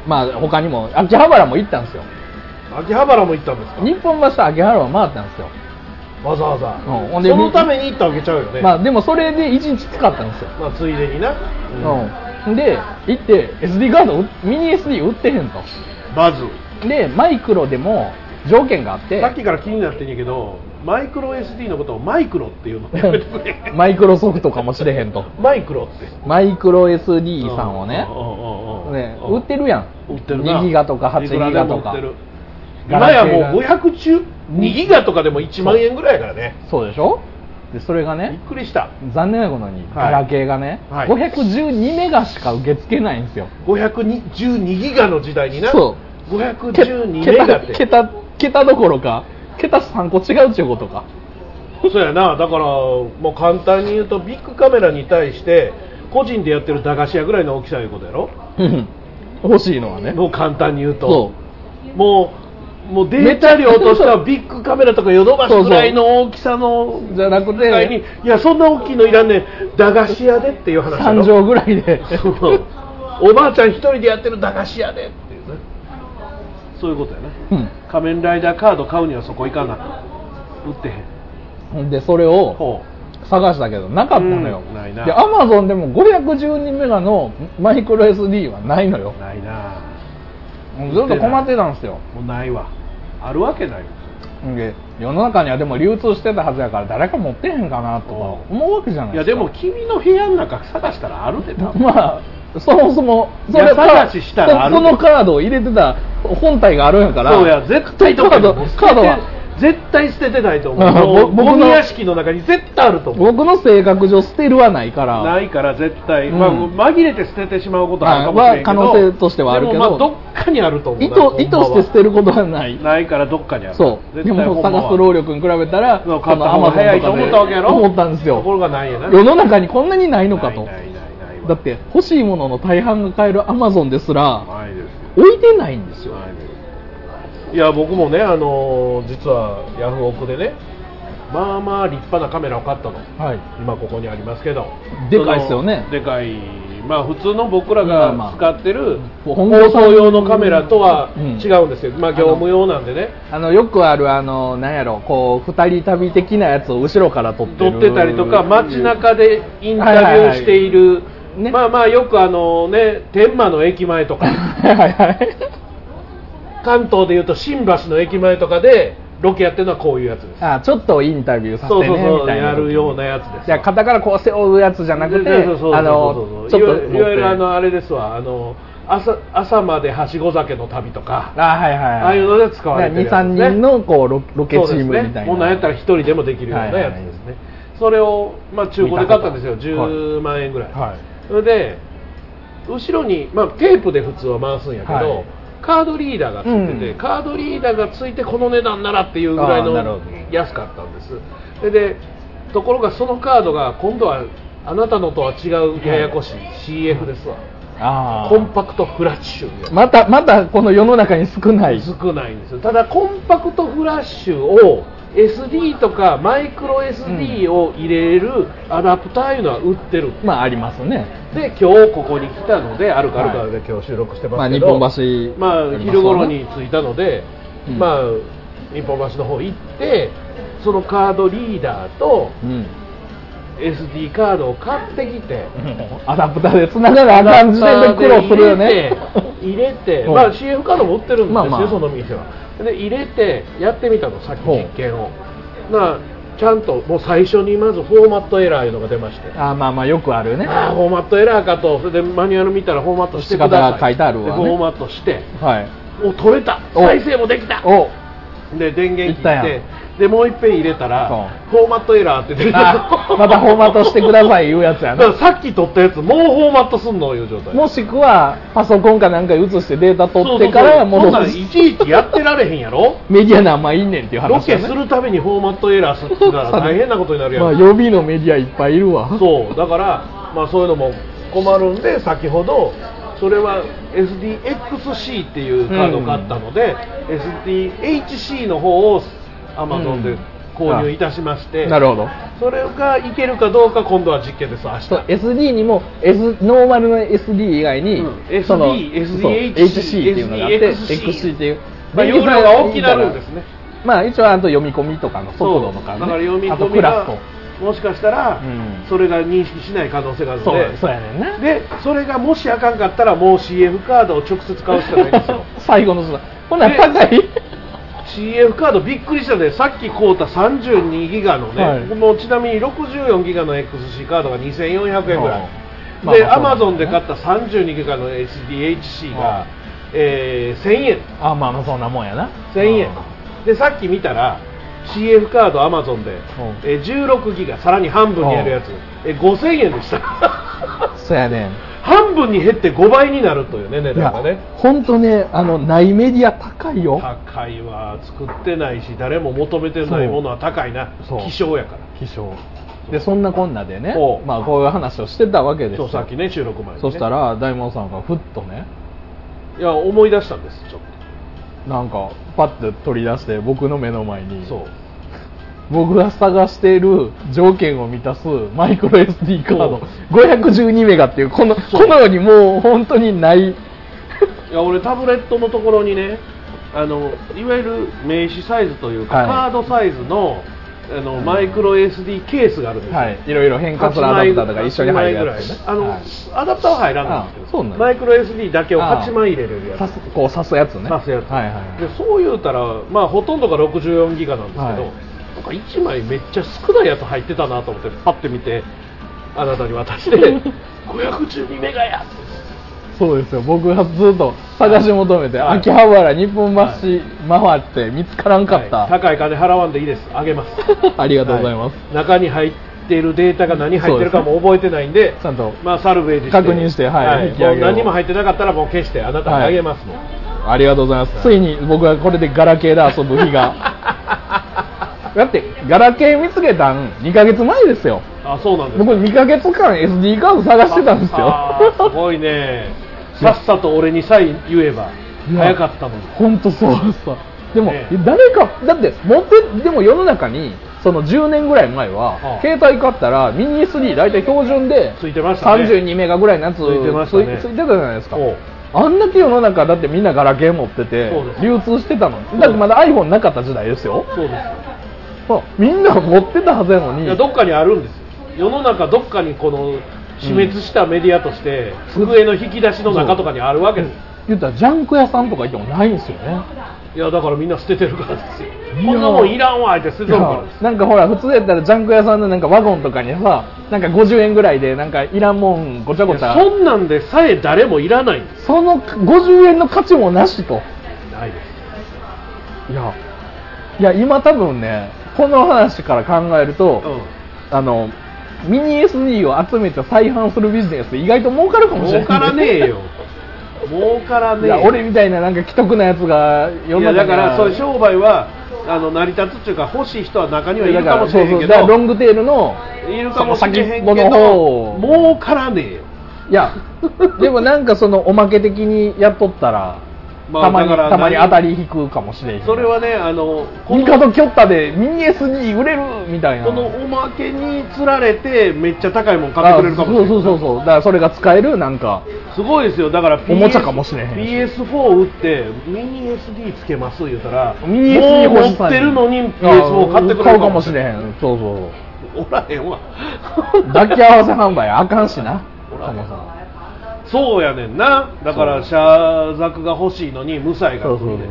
Speaker 2: まあ他にも秋葉原も行ったんですよ
Speaker 1: 秋葉原も行ったんですか
Speaker 2: 日本橋と秋葉原を回ったんですよ、
Speaker 1: わざわざ、
Speaker 2: うんほんで
Speaker 1: そのために行ったわけちゃうよね、
Speaker 2: まあでもそれで1日使ったんですよ、
Speaker 1: まあついでにな、
Speaker 2: うん、で行って SD カードミニ SD 売ってへんと
Speaker 1: まず
Speaker 2: でマイクロでも条件があって
Speaker 1: さっきから気になってんやけどマイクロ SD のことをマイクロっていうの
Speaker 2: マイクロソフトかもしれへんと
Speaker 1: マイクロって
Speaker 2: マイクロ SD さんをね
Speaker 1: うんうんうんうん
Speaker 2: ね売ってるやん
Speaker 1: 売ってるな
Speaker 2: 2ギガとか8
Speaker 1: いくらでも売ってる
Speaker 2: ギガ
Speaker 1: 今
Speaker 2: とか
Speaker 1: やもう500中2ギガとかでも1万円ぐらいやからね
Speaker 2: そうでしょでそれが
Speaker 1: びっ
Speaker 2: ね
Speaker 1: くりした
Speaker 2: 残念なことに
Speaker 1: はい
Speaker 2: ガラケーがね、
Speaker 1: はい
Speaker 2: 512メガしか受け付けないんですよ
Speaker 1: 512ギガの時代にな
Speaker 2: そうけ
Speaker 1: 512メガ
Speaker 2: 桁
Speaker 1: って
Speaker 2: 桁桁どころか桁3個違うっちゅうことか
Speaker 1: そうやなだからもう簡単に言うとビッグカメラに対して個人でやってる駄菓子屋ぐらいの大きさいうことやろ
Speaker 2: うん欲しいのはね
Speaker 1: もう簡単に言うと
Speaker 2: そ
Speaker 1: もうもうデータ量としてはビッグカメラとかヨドバシぐらいの大きさの
Speaker 2: うじゃなく
Speaker 1: 世界に
Speaker 2: て
Speaker 1: いやそんな大きいのいらんねん駄菓子屋でっていう話だ
Speaker 2: 3
Speaker 1: ろ
Speaker 2: 畳ぐらいで
Speaker 1: そう おばあちゃん一人でやってる駄菓子屋でっていうねそういうことやね
Speaker 2: うん
Speaker 1: 仮面ライダーカード買うにはそこ行かな売ってへん
Speaker 2: ほんでそれを
Speaker 1: ほ
Speaker 2: 探したけどなかったのよ、
Speaker 1: うんないな
Speaker 2: でアマゾンでも512メガのマイクロ SD はないのよ
Speaker 1: ないな
Speaker 2: もうずっと困ってたんですよ
Speaker 1: もうないわあるわけないよ
Speaker 2: で世の中にはでも流通してたはずやから誰か持ってへんかなとか思うわけじゃない
Speaker 1: いやでも君の部屋の中探したらあるで多分
Speaker 2: まあそもそもそ
Speaker 1: いや
Speaker 2: れ
Speaker 1: 探ししたらある
Speaker 2: そそのカードを入れてた本体があるんやから
Speaker 1: そうや絶対どこ
Speaker 2: カー
Speaker 1: に
Speaker 2: ド
Speaker 1: も捨てて
Speaker 2: カードは
Speaker 1: 絶対捨ててないと思
Speaker 2: あ
Speaker 1: うもう
Speaker 2: 僕の
Speaker 1: ゴミ屋敷の中に絶対あると思う
Speaker 2: 僕の性格上捨てるはないから
Speaker 1: ないから絶対、
Speaker 2: うん
Speaker 1: まあ、紛れて捨ててしまうことはあるかもしれんけど
Speaker 2: まあ可能性としてはあるけ
Speaker 1: で
Speaker 2: ど
Speaker 1: もまあどっかにあると思う
Speaker 2: 意図
Speaker 1: な
Speaker 2: 意図して捨てることはない
Speaker 1: ないからどっかにある
Speaker 2: そう
Speaker 1: 絶
Speaker 2: で
Speaker 1: 対ほ
Speaker 2: も
Speaker 1: んまは
Speaker 2: 探す労力に比べたら
Speaker 1: そう
Speaker 2: そ
Speaker 1: 買った
Speaker 2: の
Speaker 1: 方が早いと思ったわけやろ
Speaker 2: 思ったんです
Speaker 1: とこ
Speaker 2: よ
Speaker 1: ろがないやな
Speaker 2: 世の中にこんなにないのかと
Speaker 1: ないないないないわ
Speaker 2: だって欲しいものの大半が買えるアマゾンですら
Speaker 1: ないですよ
Speaker 2: 置いてないんですよ
Speaker 1: ないですいや僕もねあのー実はヤフオクでねまあまあ立派なカメラを買ったの
Speaker 2: はい
Speaker 1: 今ここにありますけど
Speaker 2: でかいっすよね
Speaker 1: そのでかいまあ普通の僕ら
Speaker 2: まあま
Speaker 1: が
Speaker 2: あ
Speaker 1: 使ってる
Speaker 2: 本
Speaker 1: 放
Speaker 2: 郷さん
Speaker 1: 送用のカメラとは
Speaker 2: うん
Speaker 1: 違うんですよ、まあ業務用なんでね
Speaker 2: あのよくあるあのなんやろこう二人旅的なやつを後ろから撮ってる
Speaker 1: 撮ってたりとか街中でインタビューしている、
Speaker 2: ね
Speaker 1: まあまあよくあのね天満の駅前とか
Speaker 2: はいはいはい
Speaker 1: 関東でいうと新橋の駅前とかでロケやってるのはこういうやつです
Speaker 2: あちょっとインタビューさせて
Speaker 1: そう
Speaker 2: ね
Speaker 1: そうそ
Speaker 2: み
Speaker 1: う
Speaker 2: たいな
Speaker 1: やるようなやつです
Speaker 2: じゃあ肩からこう背負うやつじゃなくて
Speaker 1: そうそうそうそう
Speaker 2: あのち
Speaker 1: そう
Speaker 2: ょっ
Speaker 1: そうそ
Speaker 2: と
Speaker 1: う
Speaker 2: 持っ
Speaker 1: いわゆる
Speaker 2: て
Speaker 1: いわゆるあのあれですわあの朝朝まではしご酒の旅とか
Speaker 2: あはいはいはい
Speaker 1: ああいうので使われてるやつね
Speaker 2: 23人のこうロロケチームみた
Speaker 1: そうで
Speaker 2: いな
Speaker 1: すねもうなんやったら一人でもできるようなやつですね、それを、まあ、中古で買ったんですよ
Speaker 2: 見たこと
Speaker 1: 10万円ぐらい、
Speaker 2: はい
Speaker 1: それで後ろに、まあ、テープで普通は回すんやけど、
Speaker 2: はい
Speaker 1: カードリーダーがついてて、
Speaker 2: うん
Speaker 1: カードリーダーがついてこの値段ならっていうぐらい
Speaker 2: あー
Speaker 1: の
Speaker 2: なるほ
Speaker 1: 安かったんですそれでところがそのカードが今度はあなたのとは違うややこしい CF ですわ
Speaker 2: あ
Speaker 1: コンパクトフラッシュいうやつ
Speaker 2: またまたこの世の中に少ない
Speaker 1: 少ないんですよただコンパクトフラッシュを SD とかマイクロ SD を入れるアダプターいうのは売ってる
Speaker 2: まあありますね
Speaker 1: で今日ここに来たのであるかあるかで今日収録して
Speaker 2: ま
Speaker 1: ま
Speaker 2: あ
Speaker 1: す
Speaker 2: 日
Speaker 1: け
Speaker 2: 本
Speaker 1: ど、
Speaker 2: 橋
Speaker 1: ま
Speaker 2: ありますよ
Speaker 1: あ
Speaker 2: ね
Speaker 1: 昼頃に着いたので、
Speaker 2: うん
Speaker 1: まあ日本橋の方行ってそのカードリーダーと
Speaker 2: うん
Speaker 1: SD カードを買ってきて
Speaker 2: アダプターで繋がるあかん時点で苦労するよね
Speaker 1: 入れて、
Speaker 2: うん
Speaker 1: まあ、CF カード持ってるんですよ、
Speaker 2: まあまあ
Speaker 1: その店はで入れてやってみたのさっき
Speaker 2: ほう
Speaker 1: 実験をなあちゃんともう最初にまずフォーマットエラーいうのが出ましてあ
Speaker 2: あまあまあよくあるね
Speaker 1: あフォーマットエラーかとそれでマニュアル見たらフォーマットしてくだ
Speaker 2: 仕
Speaker 1: さ
Speaker 2: 方
Speaker 1: い
Speaker 2: が書いてあるわね
Speaker 1: でフォーマットして
Speaker 2: はい
Speaker 1: お取れた
Speaker 2: お
Speaker 1: 再生もできた
Speaker 2: お
Speaker 1: で電源切
Speaker 2: いったや
Speaker 1: ってでもう一遍入れたらフォーマットエラーって出て
Speaker 2: あまたフォーマットしてください言うやつ
Speaker 1: だ
Speaker 2: やな
Speaker 1: からさっき取ったやつもうフォーマットすんのいう状態
Speaker 2: もしくはパソコンかなんかに移してデータ取ってから
Speaker 1: そうそうそう
Speaker 2: 戻
Speaker 1: そんなんい
Speaker 2: す
Speaker 1: ちいちやってられへんやろ
Speaker 2: メディアなんまいんねんっていう
Speaker 1: ロ
Speaker 2: 話
Speaker 1: ケ
Speaker 2: や
Speaker 1: す
Speaker 2: ね
Speaker 1: るたびにフォーマットエラーするから大変なことになるやん、
Speaker 2: まあ予備のメディアいっぱいいるわ
Speaker 1: そうだから、まあ、そういうのも困るんで先ほどそれは SDXC っていうカードを買ったので、SDHC の方を Amazon
Speaker 2: うん
Speaker 1: で購入いたしまして、
Speaker 2: なるほど
Speaker 1: それがいけるかどうか今度は実験です明日
Speaker 2: そう SD にも、S、ノーマルの SD 以外に、
Speaker 1: うん SD
Speaker 2: その
Speaker 1: SDHC
Speaker 2: そう HC っていうのがあって
Speaker 1: SDXC
Speaker 2: XC っていう、
Speaker 1: まあ、容量が大きくなるんですね
Speaker 2: まあ一応あと読み込みとかの速度とか、ね、
Speaker 1: だから読み
Speaker 2: あと
Speaker 1: 込
Speaker 2: ク
Speaker 1: み
Speaker 2: ラ
Speaker 1: が
Speaker 2: スと
Speaker 1: もしかしたら、
Speaker 2: うん
Speaker 1: それが認識しない可能性がある
Speaker 2: そ
Speaker 1: の
Speaker 2: う
Speaker 1: で
Speaker 2: そうやねんな
Speaker 1: でそれがもしあかんかったらもう CF カードを直接買うしかないんです よ
Speaker 2: 最後のそのほな高い
Speaker 1: CF カードびっくりしたねさっき買うた32ギガのね、
Speaker 2: はい
Speaker 1: もうちなみに64ギガの XC カードが2400円ぐらい、
Speaker 2: うんまあ
Speaker 1: で、
Speaker 2: まあ
Speaker 1: Amazon で買った32ギガの SDHC が、
Speaker 2: うん
Speaker 1: えー1000円
Speaker 2: あまあまあそんなもんやな
Speaker 1: 1000円でさっき見たら CF カード Amazon で、
Speaker 2: ん
Speaker 1: えー16ギガさらに半分にやるやつ、えー5000円でした
Speaker 2: そうやねん
Speaker 1: 半分に減って5倍になるというね値
Speaker 2: いや
Speaker 1: 段がね
Speaker 2: 本当ねあのないメディア高いよ
Speaker 1: 高いわ作ってないし誰も求めてないものは高いな
Speaker 2: そう
Speaker 1: 希少やから
Speaker 2: 気象でそんなこんなでね
Speaker 1: おう
Speaker 2: まあこういう話をしてたわけです
Speaker 1: そう
Speaker 2: よ
Speaker 1: さっきね収録前に、ね、
Speaker 2: そしたら大門さんがふっとね
Speaker 1: いや思い出したんですちょっ
Speaker 2: なんかパッと取り出して僕の目の前に
Speaker 1: とそう
Speaker 2: 僕が探している条件を満たすマイクロ SD カード
Speaker 1: そ
Speaker 2: 512メガっていうこの
Speaker 1: そう
Speaker 2: このようにもう本当にない
Speaker 1: いや俺タブレットのところにねあのいわゆる名刺サイズというか、
Speaker 2: はい
Speaker 1: カードサイズのあのマイクロ SD ケースがあるんですよ、
Speaker 2: はい、いろいろ変化するアダプターとか一緒に入るやつね
Speaker 1: 8枚ぐらいあの、
Speaker 2: はい
Speaker 1: アダプターは入らないんですけ
Speaker 2: あそ
Speaker 1: ど
Speaker 2: うなんだ
Speaker 1: マイクロ SD だけを8枚入れれるやつ
Speaker 2: 刺すこう刺すやつね
Speaker 1: 刺すやつ
Speaker 2: はいはい
Speaker 1: でそう言うたら、まあ、ほとんどが64ギガなんですけど、
Speaker 2: はい
Speaker 1: なんか1枚めっちゃ少ないやつ入ってたなと思ってパッて見てあなたに渡して 512メガや
Speaker 2: そうですよ僕はずっと探し求めて、
Speaker 1: はい
Speaker 2: 秋葉原日本橋、回って見つからんかった、
Speaker 1: はい高い金払わんでいいですあげます
Speaker 2: ありがとうございます
Speaker 1: は中に入ってるデータが何入ってるかも覚えてないんで
Speaker 2: ちゃんと
Speaker 1: まあ、サルベージして
Speaker 2: 確認してはい引き上げ
Speaker 1: も
Speaker 2: を
Speaker 1: う何も入ってなかったらもう消してあなたにあげますもん、
Speaker 2: ありがとうございます、ついに僕はこれでガラケーで遊ぶ 日がだってガラケー見つけたん2ヶ月前ですよ
Speaker 1: あそうなんですか
Speaker 2: 僕2ヶ月間 SD カード探してたんです
Speaker 1: あーす
Speaker 2: よ
Speaker 1: ごいねさっさと俺にさえ言えば
Speaker 2: いや
Speaker 1: 早かったのに
Speaker 2: 本当そうさでも、
Speaker 1: ねえ
Speaker 2: 誰かだって持ってでも世の中にその10年ぐらい前は、
Speaker 1: ああ
Speaker 2: 携帯買ったらミニ SD 大体標準で
Speaker 1: ついてましたね
Speaker 2: 32メガぐらいのやつ
Speaker 1: ついてましたね
Speaker 2: ついついてたじゃないですか
Speaker 1: おう
Speaker 2: あんだけ世の中だってみんなガラケー持ってて
Speaker 1: そうです
Speaker 2: 流通してたのにだってまだ iPhone なかった時代ですよ
Speaker 1: そうです
Speaker 2: そうみんな持ってたはずやの
Speaker 1: い
Speaker 2: に
Speaker 1: やどっかにあるんですよ世の中どっかにこの死滅したメディアとして、机の引き出しの中とかにあるわけです、
Speaker 2: 言ったらジャンク屋さんとか行ってもないんですよね
Speaker 1: いやだからみんな捨ててるからですよ
Speaker 2: や
Speaker 1: こんなもんいらんわって捨て
Speaker 2: い
Speaker 1: てるからです
Speaker 2: やなんかほら普通やったらジャンク屋さんのなんかワゴンとかにさなんか50円ぐらいでなんかいらんもんごちゃごちゃ
Speaker 1: そんなんでさえ誰もいらないんです
Speaker 2: その50円の価値もなしと
Speaker 1: ないです
Speaker 2: いやいや今多分ねこの話から考えると、あのミニ SD を集めて再販するビジネス意外と儲かるか
Speaker 1: うん
Speaker 2: もしれない
Speaker 1: 儲からねえよ儲からね
Speaker 2: い
Speaker 1: えよ
Speaker 2: や俺みたいななんか既得なやつが世
Speaker 1: い
Speaker 2: の中
Speaker 1: や
Speaker 2: に
Speaker 1: だからそういう
Speaker 2: ょ
Speaker 1: 商売はあの成り立つっていうか欲しい人は中にはいるかもしれへんけ
Speaker 2: だからロ
Speaker 1: ど
Speaker 2: ングテールの
Speaker 1: いるかもしれへん
Speaker 2: その
Speaker 1: け
Speaker 2: 先っぽの方
Speaker 1: ど儲からねえよ
Speaker 2: いやでもなんかそのおまけ的にやっとったら、
Speaker 1: まあ
Speaker 2: たまに
Speaker 1: だから
Speaker 2: たまに当たり引くかもしれん
Speaker 1: それはねあのこ
Speaker 2: ミ
Speaker 1: の
Speaker 2: カドキョッタでミニ SD 売れるみたいな
Speaker 1: このおまけにつられてめっちゃ高いもん買ってくれるかもしれ
Speaker 2: あ
Speaker 1: ん
Speaker 2: そうそうそうそうだからそれが使えるなんか
Speaker 1: すごいですよだから、
Speaker 2: おもちゃかもしれへん
Speaker 1: PS4 売ってミニ SD つけます言うたら
Speaker 2: ミニ SD
Speaker 1: もう
Speaker 2: 欲し
Speaker 1: 持
Speaker 2: さ
Speaker 1: って
Speaker 2: に
Speaker 1: るのに PS4 買ってくれ
Speaker 2: 買
Speaker 1: る
Speaker 2: うかもしれへんそうそうそう
Speaker 1: おらへんわ
Speaker 2: 抱き合わせ販売あかんしな
Speaker 1: ほらそうやねんなだからシャーザクが欲しいのに無罪が
Speaker 2: そう
Speaker 1: 来
Speaker 2: そう
Speaker 1: るね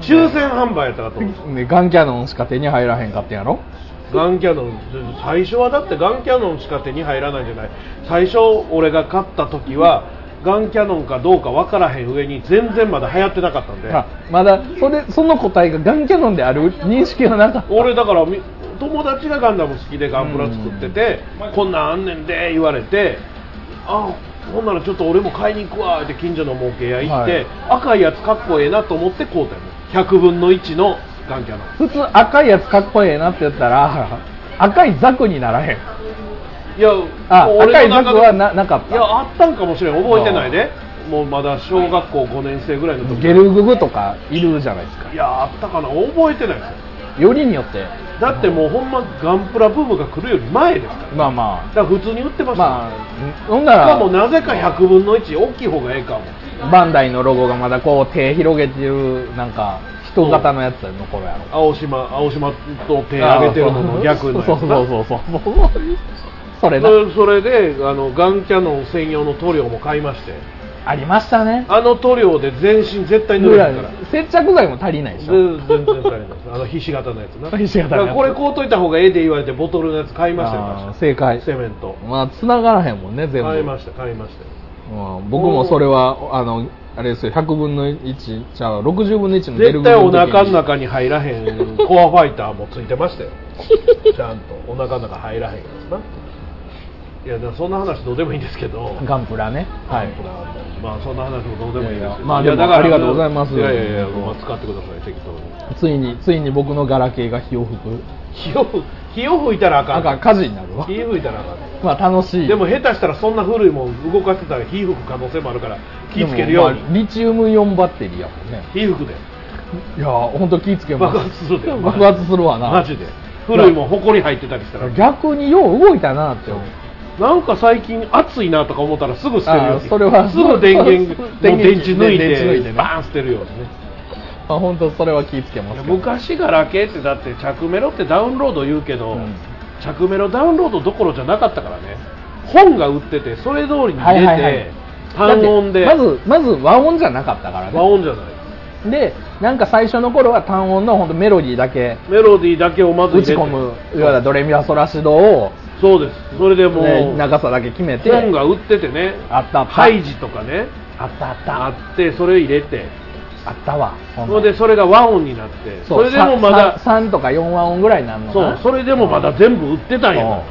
Speaker 1: 抽選販売やったかと思う
Speaker 2: そうねガンキャノンしか手に入らへんかってんやろ
Speaker 1: ガンキャノン最初はだってガンキャノンしか手に入らないじゃない最初俺が買った時はガンキャノンかどうか分からへん上に全然まだ流行ってなかったんで
Speaker 2: あまだそれその答えがガンキャノンである認識はなかった
Speaker 1: 俺だからみ友達がガンダム好きでガンプラ作っててこんなんあんねんで言われてあほんならちょっと俺も買いに行くわって近所の模型屋行って、
Speaker 2: はい
Speaker 1: 赤いやつかっこええなと思って買うたよ100分の1のガンキャノン
Speaker 2: 普通赤いやつかっこええなって言ったら赤いザクにならへん
Speaker 1: いや
Speaker 2: あ
Speaker 1: もう俺の
Speaker 2: 赤いザ
Speaker 1: 中
Speaker 2: ク
Speaker 1: で
Speaker 2: はななかった
Speaker 1: いやあったんかもしれん覚えてないでもうまだ小学校5年生ぐらいの時
Speaker 2: ゲルググとかいるじゃないですか
Speaker 1: いやあったかな覚えてないですよ
Speaker 2: よりによって
Speaker 1: だってもうほんまガンプラブームが来るより前ですから
Speaker 2: まあま
Speaker 1: だから普通に売ってま
Speaker 2: あ
Speaker 1: したよ、
Speaker 2: まあほんな
Speaker 1: しからもなぜか100分の1大きい方がええかも
Speaker 2: バンダイのロゴがまだこう手広げてるなんか人型のやつの頃やろ
Speaker 1: 青島青島と手上げてるのの逆のやつ
Speaker 2: そうそうそうそうそうそれな
Speaker 1: そそれであのガンキャノン専用の塗料も買いまして
Speaker 2: ありましたね
Speaker 1: あの塗料で全身絶対塗
Speaker 2: ぐ
Speaker 1: れな
Speaker 2: ら
Speaker 1: い
Speaker 2: い
Speaker 1: から
Speaker 2: 接着剤も足りないでしょ
Speaker 1: 全然足りないですあのひし形のやつな
Speaker 2: ひし形のやつ
Speaker 1: だからこれこうといた方がええで言われてボトルのやつ買いましたよ
Speaker 2: あー
Speaker 1: 確
Speaker 2: 正
Speaker 1: か
Speaker 2: 解
Speaker 1: セメント
Speaker 2: まあ繋がらへんもんね全部
Speaker 1: 買いました買いましたよ
Speaker 2: うん僕もそれはあのあれですよ100分の1じゃあ60分の1のベル
Speaker 1: 絶
Speaker 2: グ
Speaker 1: 対
Speaker 2: ルの
Speaker 1: お
Speaker 2: 時に
Speaker 1: 腹の中に入らへんコアファイターもついてました よちゃんとお腹の中入らへんからないやだからそんな話どうでもいいんですけど
Speaker 2: ガンプラねはい
Speaker 1: まあそんな話もどうでもいいです
Speaker 2: いやいや
Speaker 1: けど
Speaker 2: まあ
Speaker 1: いや
Speaker 2: でも
Speaker 1: だから
Speaker 2: ありがとうございます
Speaker 1: いやいやいや、まあ、使ってください適当に
Speaker 2: ついについに僕のガラケーが火を吹く
Speaker 1: 火を吹火を吹いたらあか
Speaker 2: あ
Speaker 1: ん
Speaker 2: かん火事になるわ
Speaker 1: 火吹いたらあかん
Speaker 2: まあ楽しい
Speaker 1: でも下手したらそんな古いもん動かしてたら火吹く可能性もあるから気つけるよう
Speaker 2: でも
Speaker 1: に、
Speaker 2: まあリチウムイオンバッテリーやもんね
Speaker 1: 火吹くで
Speaker 2: いやー本当気ぃつけます
Speaker 1: 爆発するで
Speaker 2: 爆発するわな
Speaker 1: マジで古いもん埃入ってたりしたら
Speaker 2: 逆によう動いたなって思う
Speaker 1: なんか最近暑いなとか思ったらすぐ捨てるよう
Speaker 2: あ
Speaker 1: に
Speaker 2: ーそれは
Speaker 1: すぐ電源
Speaker 2: そう
Speaker 1: 電電池抜い
Speaker 2: 電池抜い
Speaker 1: て
Speaker 2: てね
Speaker 1: バーン捨てるようにね
Speaker 2: まあ本当それは気ぃつけま
Speaker 1: い
Speaker 2: す
Speaker 1: や
Speaker 2: けど
Speaker 1: 昔ガラケーってだって着メロってダウンロード言うけど、
Speaker 2: うん
Speaker 1: 着メロダウンロードどころじゃなかったからね本が売っててそれ通りに
Speaker 2: は
Speaker 1: 入
Speaker 2: いはいは
Speaker 1: れ
Speaker 2: い
Speaker 1: て単音で
Speaker 2: だってまずまず和音じゃなかったからね
Speaker 1: 和音じゃない
Speaker 2: でなんか最初の頃は単音の本当メロディーだけ
Speaker 1: メロディーだけをまず入
Speaker 2: 打
Speaker 1: れて
Speaker 2: ち込むいわゆるドレミファソラシドを、
Speaker 1: そうですそれでもう、
Speaker 2: ね、長さだけ決めて
Speaker 1: 本が売っててね
Speaker 2: あったあった
Speaker 1: ハイジとかね
Speaker 2: あったあった
Speaker 1: あってそれ入れて
Speaker 2: あったわほん
Speaker 1: そ
Speaker 2: ま
Speaker 1: れでそれが和音になってそうれでもまだ
Speaker 2: ささ3とか4和音ぐらいになるのか
Speaker 1: そ
Speaker 2: な
Speaker 1: うそれでもまだ全部売ってたんや
Speaker 2: そう
Speaker 1: か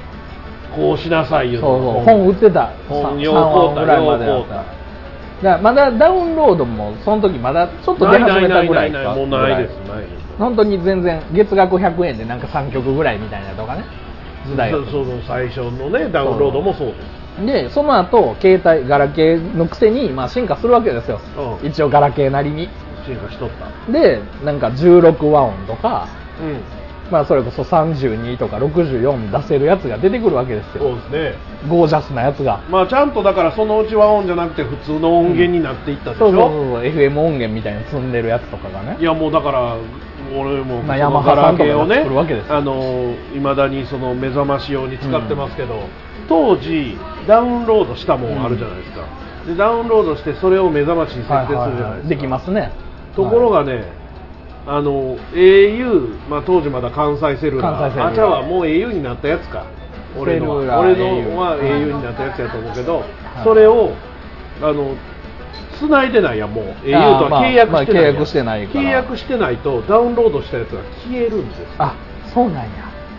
Speaker 1: らこうしなさいよ
Speaker 2: そうそう本売ってた
Speaker 1: 本
Speaker 2: さん
Speaker 1: よう
Speaker 2: さん
Speaker 1: こうた
Speaker 2: ぐらいまでだ
Speaker 1: よう
Speaker 2: っ
Speaker 1: こう
Speaker 2: た
Speaker 1: た
Speaker 2: だからまだダウンロードもその時まだちょっと出始めたぐらい
Speaker 1: ないない
Speaker 2: か
Speaker 1: ないもうないですないです
Speaker 2: 本当に全然月額100円でなんか3曲ぐらいみたいなとかね時代
Speaker 1: そうそうそう最初のねダウンロードもそうです
Speaker 2: でその後携帯ガラケーのくせに、まあ、進化するわけですよ、
Speaker 1: うん
Speaker 2: 一応ガラケーなりに
Speaker 1: 進化しとった
Speaker 2: でなんか16和音とか、
Speaker 1: うん
Speaker 2: まあ、それこそ32とか64出せるやつが出てくるわけです
Speaker 1: そう
Speaker 2: よ
Speaker 1: ですね
Speaker 2: ゴージャスなやつが
Speaker 1: まあちゃんとだからそのうち和音じゃなくて普通の音源になっていったでし
Speaker 2: そうそうそう
Speaker 1: ょ、
Speaker 2: そう FM 音源みたいに積んでるやつとかがね
Speaker 1: いやもうだから俺も
Speaker 2: まあヤマハさんとかが作るわけですよ
Speaker 1: あのいまだにその目覚まし用に使ってますけど、当時ダウンロードしたもんあるじゃないですか、でダウンロードしてそれを目覚ましに設定するじゃないですか、
Speaker 2: できますね
Speaker 1: ところがね、あの au、まあ、当時まだ関西セルラー
Speaker 2: 関西セルラー
Speaker 1: あちゃはもう au になったやつか俺の
Speaker 2: セルラ
Speaker 1: は
Speaker 2: ー
Speaker 1: 俺の
Speaker 2: au
Speaker 1: は
Speaker 2: はい
Speaker 1: au になったやつやと思うけど、
Speaker 2: い
Speaker 1: それをあの繋いでないやんもう au とは契約してないやん、
Speaker 2: まあまあ契約してないから
Speaker 1: 契約してないとダウンロードしたやつが消えるんですよ、
Speaker 2: あそうなんや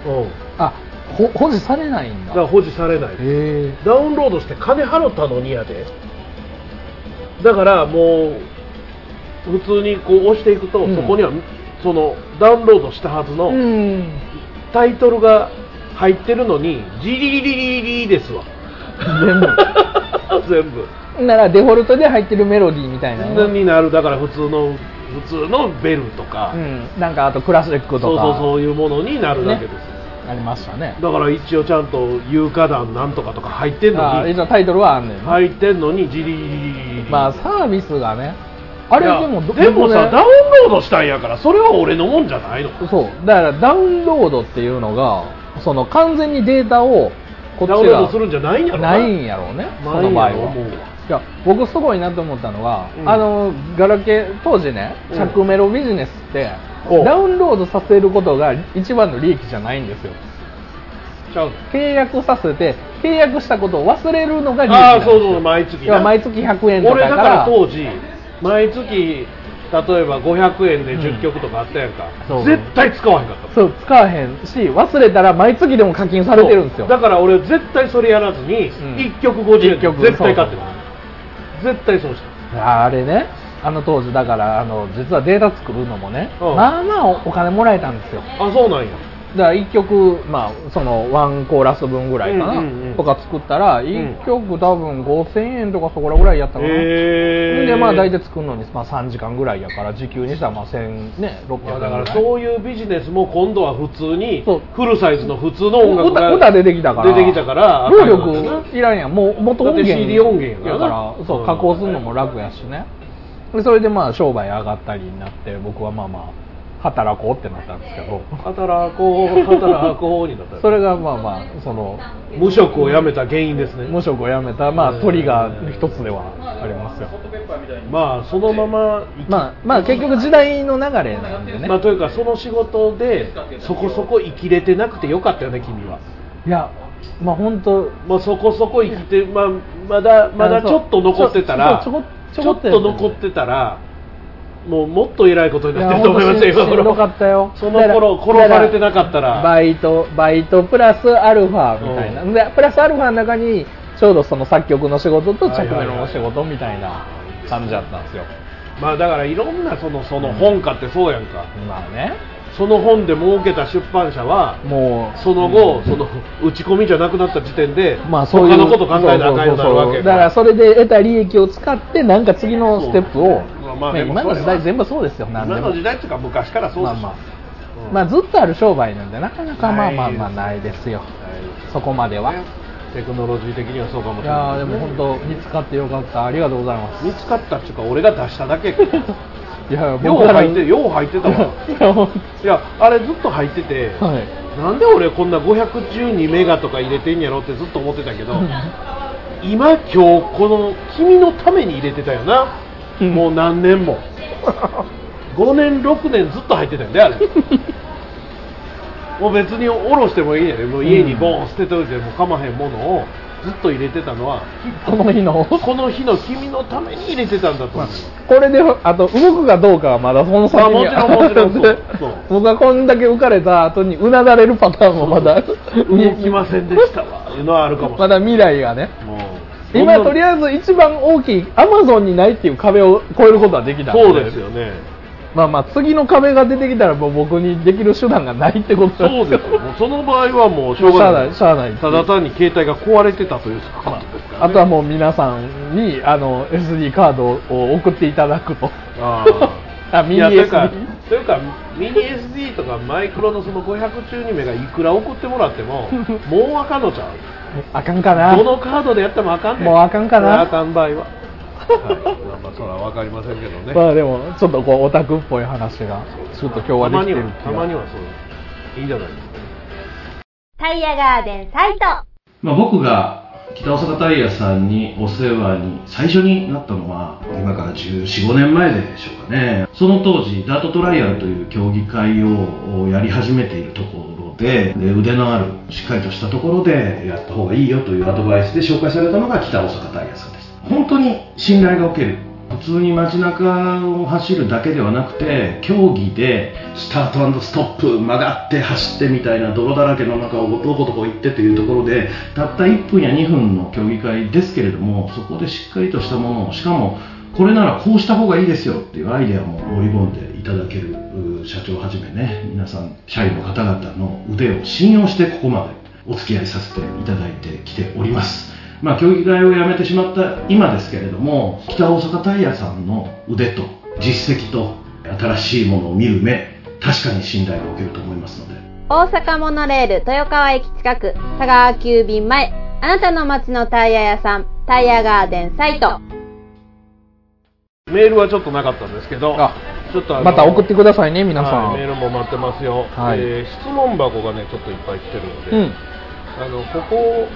Speaker 1: うん、
Speaker 2: あほ保持されないん
Speaker 1: だ
Speaker 2: だ
Speaker 1: から保持されない
Speaker 2: へ
Speaker 1: ダウンロードして金払ったのにやでだからもう普通にこう押していくと、
Speaker 2: うん
Speaker 1: そこにはそのダウンロードしたはず
Speaker 2: え
Speaker 1: の、
Speaker 2: うん
Speaker 1: タイトルが入ってるのにジリリリリリリですわ
Speaker 2: 全部
Speaker 1: 全部
Speaker 2: ならデフォルトで入ってるメロディーみたいなの
Speaker 1: になるだから普通の普通のベルとか、
Speaker 2: うん、なんかあとクラシック
Speaker 1: そう
Speaker 2: と
Speaker 1: そうそ
Speaker 2: か
Speaker 1: ういうものになるだけです、
Speaker 2: ありましたね
Speaker 1: だから一応ちゃんと有価団なんとかとか入ってん
Speaker 2: あ
Speaker 1: のに
Speaker 2: 一応タイトルはあんねん、
Speaker 1: 入ってんのにジリリリリリリ
Speaker 2: まあサービスがねあれ
Speaker 1: いや
Speaker 2: でもど
Speaker 1: でもさ、
Speaker 2: ね
Speaker 1: ダウンロードしたんやからそれは俺のもんじゃないの
Speaker 2: そうだからダウンロードっていうのがその完全にデータをこっ
Speaker 1: ダウン
Speaker 2: ち
Speaker 1: ロー
Speaker 2: が
Speaker 1: ドするんじゃないんやろ
Speaker 2: ないんやろうねそ
Speaker 1: ない
Speaker 2: の
Speaker 1: ん
Speaker 2: 場合
Speaker 1: や
Speaker 2: は
Speaker 1: ろ思うわ
Speaker 2: いや僕すごいなと思ったのが、
Speaker 1: うん
Speaker 2: あのガラケー当時ね
Speaker 1: うん
Speaker 2: 着メロビジネスって
Speaker 1: おう
Speaker 2: ダウンロードさせることが一番の利益じゃないんですよ
Speaker 1: ちゃうの
Speaker 2: 契約させて契約したことを忘れるのが利益
Speaker 1: あ
Speaker 2: なん
Speaker 1: あ
Speaker 2: です
Speaker 1: そ
Speaker 2: よ
Speaker 1: うそう毎月
Speaker 2: 要は毎月100円とか
Speaker 1: 俺
Speaker 2: や
Speaker 1: だ
Speaker 2: か
Speaker 1: から
Speaker 2: ら
Speaker 1: 当時毎月例えば500円で10曲とかあったやんか、
Speaker 2: そう
Speaker 1: 絶対使わへんかったもん
Speaker 2: そう使わへんし忘れたら毎月でも課金されてるんですよ
Speaker 1: だから俺絶対それやらずに、
Speaker 2: ん
Speaker 1: 1曲50円
Speaker 2: 一曲
Speaker 1: 絶対買って
Speaker 2: そう
Speaker 1: ます絶対そうした
Speaker 2: あれねあの当時だからあの実はデータ作るのもね、
Speaker 1: うん
Speaker 2: まあまあおお金もらえたんですよ
Speaker 1: あそうなんや
Speaker 2: だから1曲、まあ、そのワンコーラス分ぐらいか
Speaker 1: う
Speaker 2: な、
Speaker 1: んうんうん
Speaker 2: とか作ったら1曲多分5000円とかそこらぐらいやったかな、
Speaker 1: へえ
Speaker 2: でまあ大体作るのに、まあ、3時間ぐらいやから時給にしたらまあ1600円ぐ
Speaker 1: だからら
Speaker 2: い
Speaker 1: そういうビジネスも今度は普通に
Speaker 2: そう
Speaker 1: フルサイズの普通の音楽が
Speaker 2: 歌歌出てきたから
Speaker 1: 出てきたから
Speaker 2: 労
Speaker 1: あかんのか
Speaker 2: 力
Speaker 1: ない
Speaker 2: らんやんもう元音
Speaker 1: だっ
Speaker 2: 源
Speaker 1: て CD 音源やな
Speaker 2: やからそう加工するのも楽やしねでそれでまあ商売上がったりになって僕はまあまあ働こうってなったんですけど
Speaker 1: 働こう働こうになった
Speaker 2: それがまあまあその
Speaker 1: 無職を辞めた原因ですね
Speaker 2: 無職を辞めた、ま
Speaker 1: え
Speaker 2: あ、
Speaker 1: ー
Speaker 2: トリガー一つではありますよ、
Speaker 1: まあそのまま生き
Speaker 2: まあ、まあ結局時代の流れなんでね、
Speaker 1: まあ、というかその仕事でそこそこ生きれてなくてよかったよね君は、
Speaker 2: いやまあ本当
Speaker 1: まあ、そこそこ生きて、まあ、まだまだ
Speaker 2: あそ
Speaker 1: ち
Speaker 2: う
Speaker 1: ょっと残ってたら
Speaker 2: ちょちょこ
Speaker 1: ち
Speaker 2: ち
Speaker 1: ょ
Speaker 2: ょ
Speaker 1: っ
Speaker 2: こと
Speaker 1: 残ってたらもうもっと偉いことに
Speaker 2: い
Speaker 1: なって
Speaker 2: や
Speaker 1: ると思いますよ
Speaker 2: ほんとし
Speaker 1: 今
Speaker 2: んど
Speaker 1: 頃
Speaker 2: かったよ
Speaker 1: その頃
Speaker 2: だから
Speaker 1: 転ばれてなかったら
Speaker 2: バイトバイトプラスアルファみたいな、
Speaker 1: うん
Speaker 2: でプラスアルファの中にちょうどその作曲の仕事と
Speaker 1: は
Speaker 2: 着
Speaker 1: いはい
Speaker 2: メ
Speaker 1: はい
Speaker 2: ロの仕事みたいな感じだったんですよ、
Speaker 1: まあだからいろんなそのその本家ってそうやんか
Speaker 2: まあね
Speaker 1: その本で儲けた出版社は
Speaker 2: もう
Speaker 1: その後、その打ち込みじゃなくなった時点で、
Speaker 2: まあそうい
Speaker 1: 他
Speaker 2: う
Speaker 1: のこと考えなあかんようになるわ
Speaker 2: そうそうそうそ
Speaker 1: け
Speaker 2: うだからそれで得た利益を使ってなんか次のステップ
Speaker 1: まあ
Speaker 2: を、
Speaker 1: ま
Speaker 2: ま
Speaker 1: あ
Speaker 2: あ、
Speaker 1: でも
Speaker 2: 今の
Speaker 1: それ
Speaker 2: 時
Speaker 1: は
Speaker 2: 代全部そうですよ何でも
Speaker 1: 今の時代っていうか昔からそう
Speaker 2: ま
Speaker 1: でし
Speaker 2: あ
Speaker 1: ょ
Speaker 2: まあ
Speaker 1: うん
Speaker 2: まあずっとある商売なんでなかなかまあまあまあ
Speaker 1: な
Speaker 2: ないい
Speaker 1: で
Speaker 2: ですよ
Speaker 1: はい
Speaker 2: そこまでは
Speaker 1: テクノロジー的にはそうかも
Speaker 2: い
Speaker 1: しれない
Speaker 2: やーでも本当見つかってよかったありがとうございます
Speaker 1: 見つかったっていうか俺が出しただけやけど
Speaker 2: いや
Speaker 1: よう入ってよう入ってたわ
Speaker 2: いや本
Speaker 1: いやあれずっと入って て、
Speaker 2: 当はい
Speaker 1: なんで俺こんな512メガとか入れてんやろってずっと思ってた けど今今日この君のために入れてたよな、
Speaker 2: うん
Speaker 1: もう何年 も5年6年ずっと入ってたよねあれもう別に下ろしてもいいんやでもう家にボーン捨てといてもかまへんものをずっと入れてたのは
Speaker 2: この日の
Speaker 1: この日の君のために入れてたんだと思う
Speaker 2: これであと動くかどうかはまだその先に
Speaker 1: あもちろんもちろんそう
Speaker 2: で
Speaker 1: そう
Speaker 2: 僕がこんだけ浮かれた後にうなだれるパターンもまだ
Speaker 1: 動きませんでしたわいうのはあるかもし
Speaker 2: ま
Speaker 1: れな
Speaker 2: だ
Speaker 1: い、
Speaker 2: 未来がね
Speaker 1: もう
Speaker 2: 今とりあえず一番大きいアマゾンにないっていう壁を越えることはできたん
Speaker 1: そうですよね
Speaker 2: まあまあ次の壁が出てきたらもう僕にできる手段がないってこと
Speaker 1: そうですよ。もうその場合はもうしょう
Speaker 2: しゃ
Speaker 1: が
Speaker 2: あ
Speaker 1: な。
Speaker 2: ないいしゃあない
Speaker 1: ただ単に携帯が壊れてたということですから、ね。
Speaker 2: あとはもう皆さんにあの SD カードを送っていただくと
Speaker 1: あー。
Speaker 2: あ
Speaker 1: い
Speaker 2: ミニ
Speaker 1: やというか
Speaker 2: SD
Speaker 1: というかミニ SD とかマイクロのその512メがいくら送ってもらっても もうあかんのちゃう
Speaker 2: あかんかな
Speaker 1: どのカードでやってもあかんねん
Speaker 2: もうあかんかな
Speaker 1: あかん場合は、はい、まあまあそれは分かりませんけどね、
Speaker 2: まあでもちょっとこうオタクっぽい話がちょっと今日はできてる気が
Speaker 1: たまにはたまにはそうですいいじゃないですか
Speaker 4: タイヤガーデンサイト
Speaker 3: まあ、僕が北大阪タイヤさんにお世話に最初になったのは今から1415年前でしょうかねその当時ダートトライアルという競技会をやり始めているところでで腕のあるしっかりとしたところでやった方がいいよというアドバイスで紹介されたのが北大阪タイヤさんです本当に信頼がおける普通に街中を走るだけではなくて競技でスタートストップ曲がって走ってみたいな泥だらけの中をどこどこ行ってというところでたった1分や2分の競技会ですけれどもそこでしっかりとしたものをしかもこれならこうした方がいいですよっていうアイデアも盛り込んでいただけるう社長をはじめね皆さん社員の方々の腕を信用してここまでお付き合いさせていただいてきておりますまあ、競技会をやめてしまった今ですけれども北大阪タイヤさんの腕と実績と新しいものを見る目確かに信頼がおけると思いますので
Speaker 8: 大阪モノレール豊川駅近く佐川急便前あなたの街のタイヤ屋さんタイヤガーデンサイト
Speaker 1: メールはちょっとなかったんですけど
Speaker 2: あ
Speaker 1: ちょっとあの
Speaker 2: また送ってくださいね皆さん、
Speaker 1: はいメールも待ってますよ、
Speaker 2: はい
Speaker 1: えー質問箱がねちょっといっぱい来てるので、
Speaker 2: うん
Speaker 1: あのここ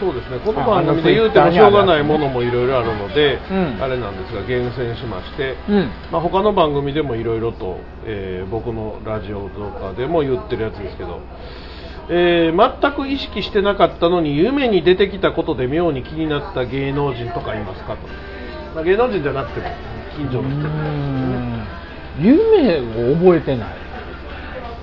Speaker 1: そうですねこの番組で言うてもしょうがないものもいろいろあるので、
Speaker 2: うん
Speaker 1: あれなんですが厳選しまして、
Speaker 2: うん
Speaker 1: まあ、他の番組でもいろいろと、えー僕のラジオとかでも言ってるやつですけど、えー全く意識してなかったのに夢に出てきたことで妙に気になった芸能人とかいますかと、まあ、芸能人じゃなくても近所の人とかですね
Speaker 2: 夢を覚えてない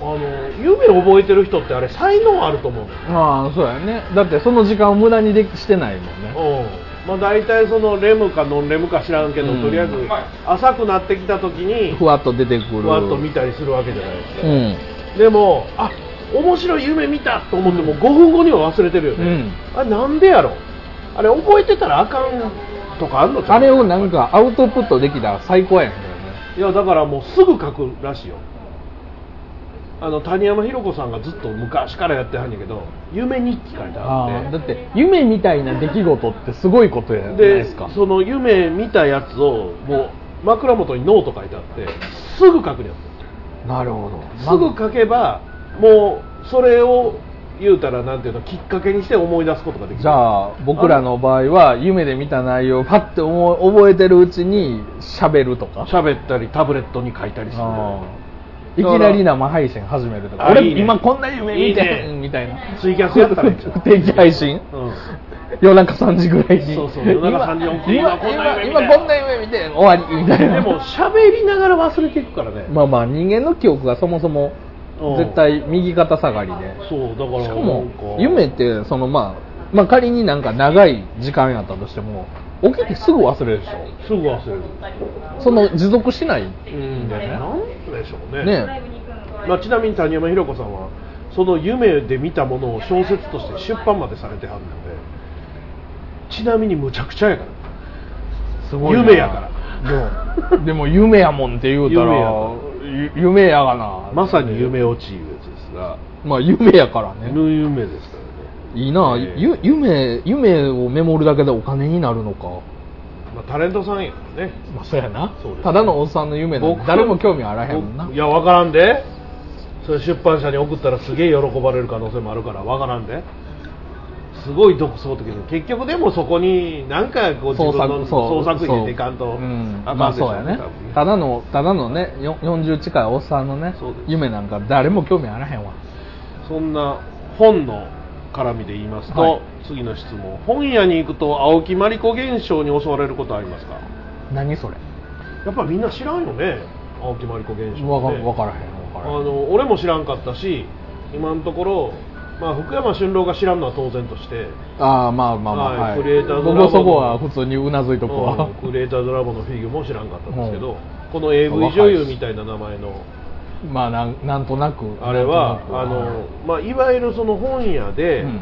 Speaker 1: あの夢を覚えてる人ってあれ才能あると思うんだよね
Speaker 2: ああそうやねだってその時間を無駄にできしてないもんね
Speaker 1: まあ、大体そのレムかノンレムか知らんけど、
Speaker 2: うん
Speaker 1: とりあえず浅くなってきた時に
Speaker 2: ふわっと出てくる
Speaker 1: ふわっと見たりするわけじゃないですか、
Speaker 2: うん
Speaker 1: でもあ面白い夢見たと思っても5分後には忘れてるよ
Speaker 2: う
Speaker 1: ね、
Speaker 2: ん
Speaker 1: あれなんでやろあれ覚えてたらあかんとかあんのちゃう
Speaker 2: あれをなんかアウトプットできたら最高やんだよね
Speaker 1: いやだからもうすぐ書くらしいよあの谷山博子さんがずっと昔からやってはんやけど夢日記書いては
Speaker 2: あ
Speaker 1: っ
Speaker 2: あ
Speaker 1: て
Speaker 2: だって夢みたいな出来事ってすごいことやないで
Speaker 1: です
Speaker 2: か
Speaker 1: その夢見たやつをもう枕元にノート書いてあってすぐ書くのよ
Speaker 2: なるほど
Speaker 1: すぐ書けばもうそれを言うたらなんていうのきっかけにして思い出すことができる
Speaker 2: じゃあ僕らの場合は夢で見た内容をパッて思い覚えてるうちに喋るとか
Speaker 1: 喋ったりタブレットに書いたりする
Speaker 2: あーいきなり生配信始めるとか
Speaker 1: あ
Speaker 2: 俺
Speaker 1: いいね
Speaker 2: 今こんな夢見
Speaker 1: い
Speaker 2: て
Speaker 1: いね
Speaker 2: みたいな
Speaker 1: ツイキャスやったらいいんちゃう
Speaker 2: 不定期配信
Speaker 1: うん
Speaker 2: 夜中3時ぐらいに
Speaker 1: そうそう夜中3時起きて
Speaker 2: 今
Speaker 1: 今こんな夢見て
Speaker 2: 今今こんな夢見て終わりみたいな
Speaker 1: でも喋りながら忘れていくからね、
Speaker 2: まあまあ人間の記憶がそもそも
Speaker 1: うん
Speaker 2: 絶対右肩下がりで
Speaker 1: そうだから
Speaker 2: しか
Speaker 1: なん
Speaker 2: も夢ってそのまあまあ仮になんか長い時間やったとしても起きてすぐ忘れるでしょ
Speaker 1: すぐ忘れる
Speaker 2: その持続しない
Speaker 1: うんなんでしょうね
Speaker 2: ね
Speaker 1: まあ、ちなみに谷山ひろ子さんはその夢で見たものを小説として出版までされてはるのでちなみにむちゃくちゃやから
Speaker 2: すごいな
Speaker 1: 夢やか
Speaker 2: でもでも夢やもんって言うたらゆ夢やがな
Speaker 1: まさに夢落ちいうやつですが
Speaker 2: まあ夢やからね
Speaker 1: ぬ夢ですからね
Speaker 2: いいな、
Speaker 1: えー
Speaker 2: ゆ夢夢をメモるだけでお金になるのか
Speaker 1: まあ、タレントさんやからね
Speaker 2: まあそうやな
Speaker 1: そうです
Speaker 2: ただのおっさんの夢なんで
Speaker 1: 僕
Speaker 2: 誰も興味あらへんもんない
Speaker 1: やわからんでそれ出版社に送ったらすげえ喜ばれる可能性もあるからわからんですごい独創的で結局でもそこになんかこう自
Speaker 2: 創
Speaker 1: 分の
Speaker 2: 作そ
Speaker 1: 創
Speaker 2: う
Speaker 1: 作品
Speaker 2: そう
Speaker 1: でいかんと
Speaker 2: うん
Speaker 1: あか
Speaker 2: まあ
Speaker 1: んでし
Speaker 2: そ
Speaker 1: ょ
Speaker 2: うやね
Speaker 1: 多分
Speaker 2: ただのただのねよ40近いおっさんのね
Speaker 1: そうです
Speaker 2: 夢なんか誰も興味あらへんわ
Speaker 1: そんな本の絡みで言いますと、
Speaker 2: はい
Speaker 1: 次の質問本屋に行くと青木まりこ現象に襲われることはありますか
Speaker 2: 何それ
Speaker 1: やっぱみんな知らんよね青木まりこ現象って
Speaker 2: わかわからへんわ
Speaker 1: あ
Speaker 2: からへん
Speaker 1: の俺も知らんかったし今のところ、まあ、福山俊郎が知らんのは当然として
Speaker 2: ああまあまあまあ、
Speaker 1: はい
Speaker 2: はい
Speaker 1: クリエイターズラボ
Speaker 2: 僕
Speaker 1: の
Speaker 2: はそこは普通にうなずいとこは
Speaker 1: うんクリエイターズラボのフィギュも知らんかったんですけ
Speaker 2: うん
Speaker 1: どこの AV 女優みたいな名前の
Speaker 2: まあなんなんとなく
Speaker 1: あれは
Speaker 2: なんとな
Speaker 1: あ
Speaker 2: く
Speaker 1: の、まあ、いわゆるその本屋で
Speaker 2: うん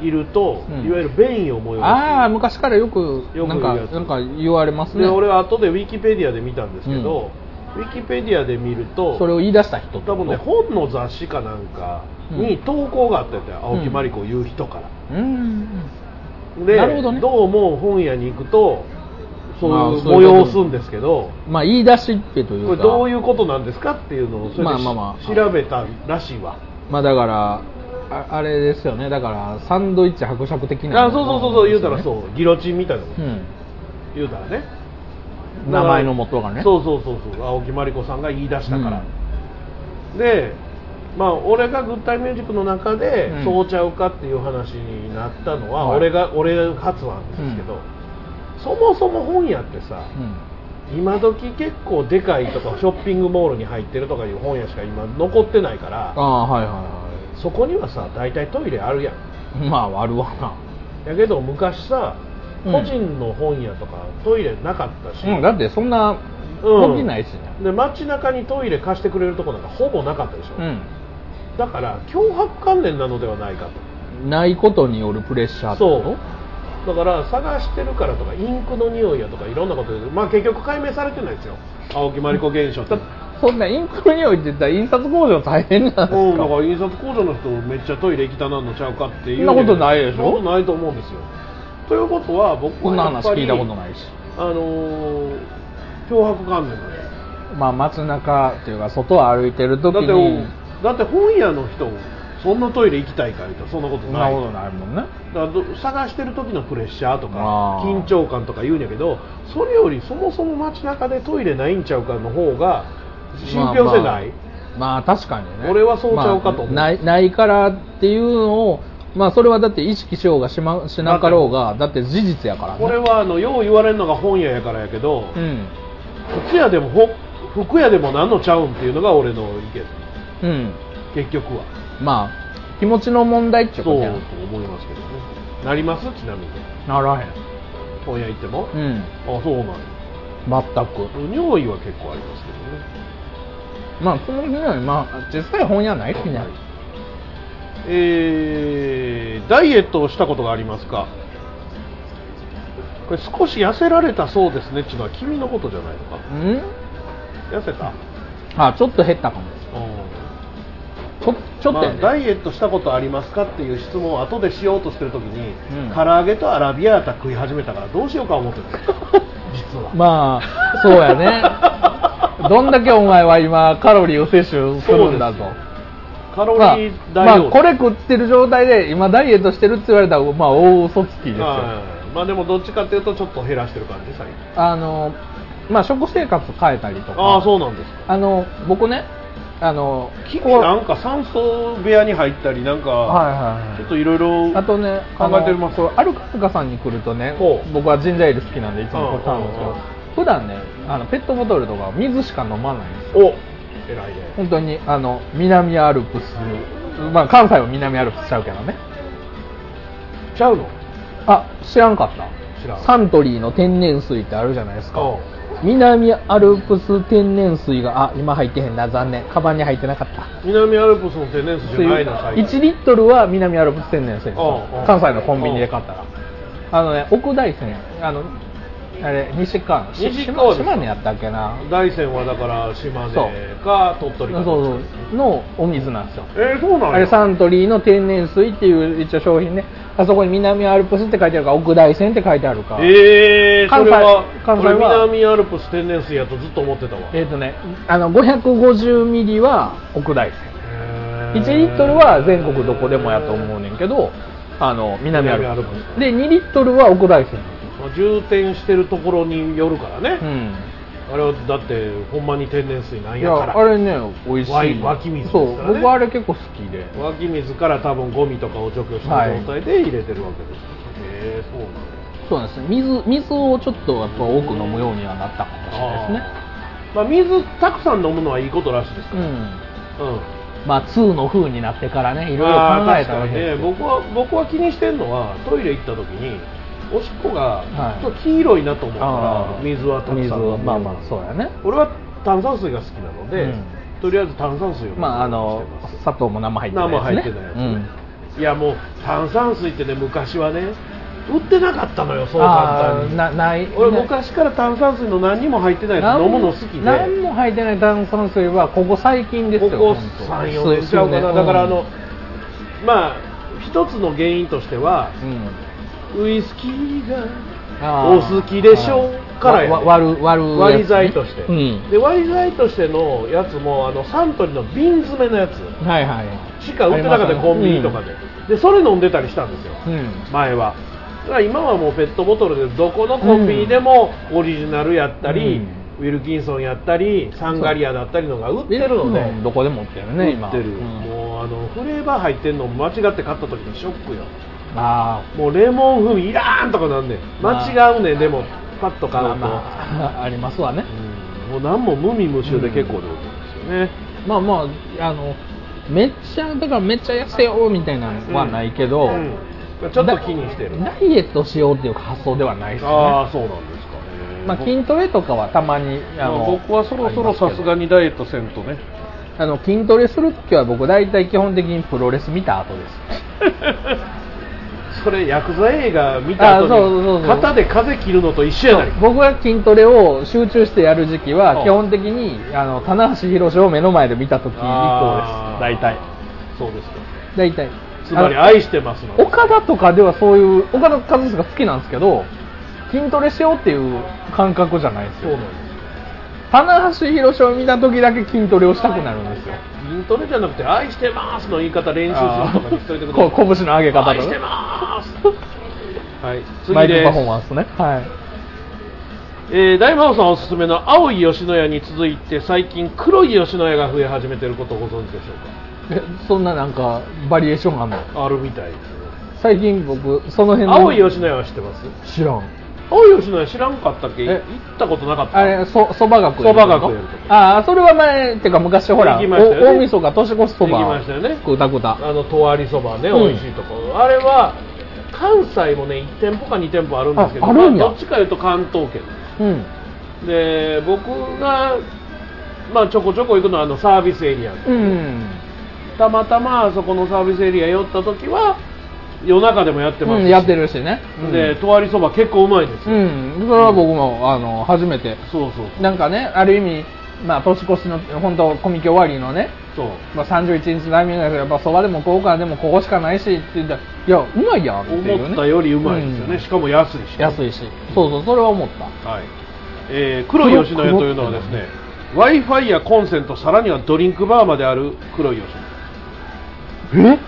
Speaker 1: いると、
Speaker 2: うん
Speaker 1: いわゆる便意を催す
Speaker 2: ああ昔からよく
Speaker 1: よく
Speaker 2: なんか
Speaker 1: 言うやつ
Speaker 2: なんか言われますね
Speaker 1: で俺は後でウィキペディアで見たんですけど、ウィキペディアで見ると
Speaker 2: それを言い出した人って
Speaker 1: 多
Speaker 2: こと
Speaker 1: 分ね本の雑誌かなんかに
Speaker 2: うん
Speaker 1: 投稿があったんだよ、
Speaker 2: うん
Speaker 1: 青木まりこを言う人から、
Speaker 2: うんうん
Speaker 1: で
Speaker 2: なるほどね
Speaker 1: うも本屋に行くとそういう
Speaker 2: まあそういうこと
Speaker 1: 催すんですけど、
Speaker 2: うんまあ言い出しっぺというか
Speaker 1: これどういうことなんですかっていうのをそれで、
Speaker 2: まあまあまあ
Speaker 1: 調べたらしいわ
Speaker 2: まあだからああれですよねだからサンドイッチ伯爵的な
Speaker 1: あそうそうそうそう言うたら
Speaker 2: う、
Speaker 1: そうギロチンみたいなもん、
Speaker 2: うん、
Speaker 1: 言うたらね
Speaker 2: 名前の元がね
Speaker 1: そうそうそうそう青木まりこさんが言い出したから、でまあ俺がグッタイミュージックの中で、
Speaker 2: うん
Speaker 1: そうちゃうかっていう話になったのは、
Speaker 2: はい
Speaker 1: 俺が俺発案ですけど、そもそも本屋ってさ、
Speaker 2: うん
Speaker 1: 今時結構でかいとかショッピングモールに入ってるとかいう本屋しか今残ってないか
Speaker 2: あ
Speaker 1: ら
Speaker 2: あはいは
Speaker 1: そこにはさ大体トイレあるやん
Speaker 2: いはいまああるわな
Speaker 1: やけど昔さ
Speaker 2: うん
Speaker 1: 個人の本屋とかトイレなかったし、
Speaker 2: うん、だってそんな
Speaker 1: うん
Speaker 2: 起きないしね、
Speaker 1: で街中にトイレ貸してくれるとこなんかほぼなかったでしょ、
Speaker 2: うん
Speaker 1: だから脅迫関連なのではないか
Speaker 2: ないことによるプレッシャー
Speaker 1: と
Speaker 2: って
Speaker 1: そう
Speaker 2: こ
Speaker 1: だから探してるからとかインクの匂いやとかいろんなことで、まあ、結局解明されてないですよ青木まりこ現象って
Speaker 2: とそんなインクの匂いって言ったら印刷工場大変なんですか、
Speaker 1: うん、だから印刷工場の人めっちゃトイレ行きたなんのちゃうかっていう
Speaker 2: そんなことないでし
Speaker 1: そ
Speaker 2: ょ
Speaker 1: んなことないと思うんですよということは僕
Speaker 2: こ
Speaker 1: は
Speaker 2: んな
Speaker 1: やっ
Speaker 2: 話
Speaker 1: ぱり
Speaker 2: 聞いたことないし
Speaker 1: あのー脅迫観念なんです
Speaker 2: まあ街中っていうか外を歩いてる
Speaker 1: だ
Speaker 2: 時
Speaker 1: って
Speaker 2: に
Speaker 1: だって本屋の人そんなトイレ行きたいか言うたらそんなこと
Speaker 2: そん
Speaker 1: な
Speaker 2: ないことないもんね
Speaker 1: だからど探してる時のプレッシャーとか
Speaker 2: あー
Speaker 1: 緊張感とか言うんやけどそれよりそもそも街中でトイレないんちゃうかの方が信憑性ない、
Speaker 2: まあ、まあまあ確かにね
Speaker 1: 俺はそうちゃうかと思う
Speaker 2: まあないないからっていうのをまあそれはだって意識しようがし,、ま、しなかろうがだって事実やからね
Speaker 1: これはあのよう言われるのが本屋やからやけど、
Speaker 2: うん
Speaker 1: 靴屋でもほ服屋でもなんのちゃうんっていうのが俺の意見
Speaker 2: うん
Speaker 1: 結局は
Speaker 2: まあ気持ちの問題っちゅ
Speaker 1: そうう
Speaker 2: こととや
Speaker 1: 思いますけどねなりますちなみに
Speaker 2: ならへ
Speaker 1: 本屋行っても、
Speaker 2: んうん
Speaker 1: あそうなんや
Speaker 2: 全く
Speaker 1: 匂いは結構ありますけどね
Speaker 2: まあこの辺はまあ実際本屋ないしね、
Speaker 1: はいえーダイエットをしたことがありますかこれ少し痩せられたそうですねっていうのは君のことじゃないのか
Speaker 2: うん
Speaker 1: 痩せた
Speaker 2: あちょっと減ったかもちょちょっとやね、
Speaker 1: まあダイエットしたことありますかっていう質問を後でしようとしてる時に、
Speaker 2: うん
Speaker 1: 唐揚げとアラビアータ食い始めたからどうしようか思ってた 実は
Speaker 2: まあそう やねどんだけお前は今カロリーを摂取するんだと
Speaker 1: そうカロ
Speaker 2: まあ
Speaker 1: リー
Speaker 2: ま
Speaker 1: 大
Speaker 2: あ、これ食ってる状態で今ダイエットしてるって言われたら、まあ、大嘘つきですよあ
Speaker 1: まあでもどっちかっていうとちょっと減らしてる感じ最近
Speaker 2: の、まあ、食生活変えたりとか
Speaker 1: ああそうなんですか
Speaker 2: あの僕ねあの
Speaker 1: 君
Speaker 2: こう
Speaker 1: なんか酸素部屋に入ったりなんか、
Speaker 2: はいはいはい
Speaker 1: ちょっといろいろ
Speaker 2: あとね、
Speaker 1: 考えて
Speaker 2: あ
Speaker 1: る
Speaker 2: の
Speaker 1: ます
Speaker 2: こうアルカスカさんに来るとね
Speaker 1: ほ、う
Speaker 2: 僕はジンジャーエール好きなんでいつもこう頼むんですけ
Speaker 1: うんうん
Speaker 2: ど
Speaker 1: うん、
Speaker 2: 普段ね、あのペットボトルとか水しか飲まないんですよ。
Speaker 1: お偉いね
Speaker 2: 本当にあの南アルプス、まあ関西は南アルプスちゃうけどね。
Speaker 1: ちゃうの
Speaker 2: あ、知らんかった。
Speaker 1: 知らん
Speaker 2: サントリーの天然水ってあるじゃないですか
Speaker 1: おう。
Speaker 2: 南アルプス天然水が、あ、今入ってへんな、残念。カバンに入ってなかった。
Speaker 1: 南アルプスの天然水じゃないな最近
Speaker 2: 1リットルは南アルプス天然水です
Speaker 1: おうおう
Speaker 2: 関西のコンビニで買ったらあのね奥大山あのあれ西川
Speaker 1: 西川です
Speaker 2: 島根やったっけな
Speaker 1: 大山はだから島根か鳥
Speaker 2: そう
Speaker 1: 取かどっちかですね
Speaker 2: そうのお水なんですよ
Speaker 1: えー、そうなんや
Speaker 2: あれサントリーの天然水っていう一応商品ねあそこに南アルプスって書いてあるか奥大山って書いてあるか
Speaker 1: えー、
Speaker 2: 関西
Speaker 1: それは
Speaker 2: 関西は
Speaker 1: これ南アルプス天然水やとずっと思ってたわ
Speaker 2: えっ、とねあの550ミリは奥大山
Speaker 1: へー
Speaker 2: 1リットルは全国どこでもやと思うねんけどあの南アルプ
Speaker 1: 南アルプ
Speaker 2: スで2リットルは奥大山
Speaker 1: まあ充填してるところによるからね、
Speaker 2: うん
Speaker 1: あれはだってほんまに天然水なん
Speaker 2: い
Speaker 1: や
Speaker 2: や
Speaker 1: から
Speaker 2: あれね美味し
Speaker 1: わい
Speaker 2: い
Speaker 1: 湧き水ですか
Speaker 2: そ
Speaker 1: らね
Speaker 2: う僕あれ結構好きで
Speaker 1: 湧き水から多分ゴミとかを除去した状態で入れてるわけです、へえそうなんだ
Speaker 2: そうなんですね水水をちょっとやっぱ多く飲むようにはなったかもしれないですね
Speaker 1: あーまあ、水たくさん飲むのはいいことらしいです
Speaker 2: う
Speaker 1: から、
Speaker 2: ん
Speaker 1: うん
Speaker 2: まあ2の風になってからねいろいろ
Speaker 1: あー
Speaker 2: 考えたわ
Speaker 1: 確
Speaker 2: け
Speaker 1: かにね
Speaker 2: です
Speaker 1: 僕は僕は気にしてるのはトイレ行った時におしっこが
Speaker 2: はい
Speaker 1: ちょっと黄色いなと思ったら、
Speaker 2: あー
Speaker 1: 水はたくさん
Speaker 2: 水
Speaker 1: 飲
Speaker 2: は
Speaker 1: む
Speaker 2: まあまあそうやね
Speaker 1: 俺は炭酸水が好きなので、
Speaker 2: うん
Speaker 1: とりあえず炭酸水を
Speaker 2: まああの砂糖も生入ってない
Speaker 1: 生入っ
Speaker 2: やつ
Speaker 1: て
Speaker 2: ね
Speaker 1: ないやつね、いやもう炭酸水ってね昔はね売ってなかったのよそう簡単
Speaker 2: あー
Speaker 1: に
Speaker 2: なない
Speaker 1: 俺
Speaker 2: な
Speaker 1: 昔から炭酸水の何にも入ってないやつ飲むの好きで
Speaker 2: 何も入ってない炭酸水はここ最近です
Speaker 1: こ
Speaker 2: よ
Speaker 1: こ
Speaker 2: 本当
Speaker 1: 34年ちゃうかな、
Speaker 2: 数年
Speaker 1: だからあの、
Speaker 2: うん
Speaker 1: まあ一つの原因としては
Speaker 2: うん
Speaker 1: ウイスキーが
Speaker 2: あ
Speaker 1: お
Speaker 2: ー
Speaker 1: 好きでしょうからやね
Speaker 2: わわ割る割る
Speaker 1: 割り剤として、
Speaker 2: うん
Speaker 1: で割り剤としてのやつもあのサントリーの瓶詰めのやつ
Speaker 2: はいはい
Speaker 1: しか売ってなかったよ
Speaker 2: あります
Speaker 1: コ
Speaker 2: ね
Speaker 1: ンビニとかで、でそれ飲んでたりしたんですよ
Speaker 2: うん
Speaker 1: 前はだから今はもうペットボトルでどこのコンビニでもオリジナルやったり、ウィルキンソンやったりサンガリアだったりのが売ってるので、
Speaker 2: うんどこでも売ってるね今
Speaker 1: 売ってる、
Speaker 2: うん
Speaker 1: もうあのフレーバー入ってんの間違って買った時のショックよ
Speaker 2: ああ
Speaker 1: もうレモン風味いらんとかなんねん
Speaker 2: まあ
Speaker 1: 間違うねんでもパッと買うと、
Speaker 2: まあま あありますわね
Speaker 1: うんもう何も無味無臭で結構でございますよね、
Speaker 2: まあまああのめっちゃだからめっちゃ痩せようみたいなのはないけど、
Speaker 1: うんちょっと気にしてる
Speaker 2: ダイエットしようっていう発想ではないですよ
Speaker 1: あ
Speaker 2: ね
Speaker 1: あそうなんですかね
Speaker 2: まあ、筋トレとかはたまにあの、
Speaker 1: まあ僕はそろそろさすがにダイエットせんと ね
Speaker 2: あの筋トレするときは僕大体基本的にプロレス見た後です
Speaker 1: それヤクザ映画見た後に
Speaker 2: あそうそうそうそう
Speaker 1: 肩で風切るのと一緒やない
Speaker 2: 僕が筋トレを集中してやる時期
Speaker 1: う
Speaker 2: は
Speaker 1: ん
Speaker 2: 基本的にあの棚橋宏を目の前で見た時以降です
Speaker 1: あー
Speaker 2: 大体
Speaker 1: そうですか
Speaker 2: 大体
Speaker 1: つまり
Speaker 2: あの
Speaker 1: 愛してますので
Speaker 2: 岡田とかではそういう岡田和志が好きなんですけど筋トレしようっていう感覚じゃないです
Speaker 1: そうな
Speaker 2: よ
Speaker 1: んです
Speaker 2: 棚橋宏を見た時だけ筋トレをしたくなるんですよ
Speaker 1: 筋トレじゃなくて愛してますの言い方練習するとかにしといてくださ
Speaker 2: こ
Speaker 1: いう
Speaker 2: 拳の上げ方
Speaker 1: 愛
Speaker 2: と
Speaker 1: して
Speaker 2: か
Speaker 1: ますはい
Speaker 2: マ
Speaker 1: 次
Speaker 2: イク
Speaker 1: で
Speaker 2: パフォー
Speaker 1: す
Speaker 2: マンスねはい
Speaker 1: えー大魔王さんおすすめの青い吉野家に続いて最近黒い吉野家が増え始めてることをご存知でしょう
Speaker 2: えそんななんかバリエーションあんの
Speaker 1: かあるみたいですね
Speaker 2: 最近僕その辺の
Speaker 1: 青い吉野家は知ってます
Speaker 2: 知らん
Speaker 1: 青い吉野家知らんかったっけ
Speaker 2: え
Speaker 1: 行ったことなかった
Speaker 2: あれそそばが食える
Speaker 1: そばが食えるとこ
Speaker 2: ああそれは前っていうか昔ほら、
Speaker 1: 行きましたよね
Speaker 2: お大晦日年越しそば
Speaker 1: 行きましたよね
Speaker 2: くたくた
Speaker 1: あのとわりそばね、
Speaker 2: うん
Speaker 1: 美味しいところあれは関西もね1店舗か2店舗あるんですけど
Speaker 2: ああるんや
Speaker 1: まあどっちかいうと関東圏
Speaker 2: うん
Speaker 1: で僕が、まあ、ちょこちょこ行くのはあのサービスエリア
Speaker 2: うん
Speaker 1: たまたまあそこのサービスエリア寄った時は夜中でもやってますし、
Speaker 2: うんやってるしね
Speaker 1: でとわりそば結構うまいです
Speaker 2: う
Speaker 1: よ、
Speaker 2: ん、それは僕もあの初めて
Speaker 1: そうそうそう
Speaker 2: なんかねある意味まあ年越しの本当コミケ終わりのね
Speaker 1: そう
Speaker 2: まあ、31日のタイミングだけどやっぱそばでもこうかでもここしかないしって言ったらいやうまいやんっていう、ね、
Speaker 1: 思ったよりうまいですよね、
Speaker 2: うん
Speaker 1: しかも安いし
Speaker 2: 安いしそうそうそれは思った
Speaker 1: はいえー黒い吉野家というのはですね w i f i やコンセントさらにはドリンクバーまである黒い吉野家
Speaker 2: え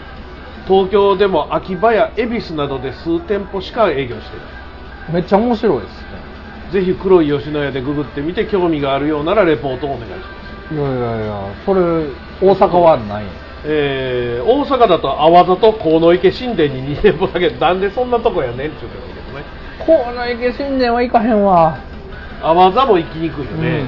Speaker 1: 東京でも秋葉や恵比寿などで数店舗しか営業していな
Speaker 2: めっちゃ面白いです
Speaker 1: いぜひ黒い吉野家でググってみて興味があるようならレポートをお願いします、
Speaker 2: ねいやいやいやそれ大阪はない
Speaker 1: えー大阪だと阿波里鴻池神殿に2店舗だけなんでそんなとこやねんっていうことだけどね
Speaker 2: 河野池神殿は行かへんわ、
Speaker 1: 阿波座も行きにくいよね、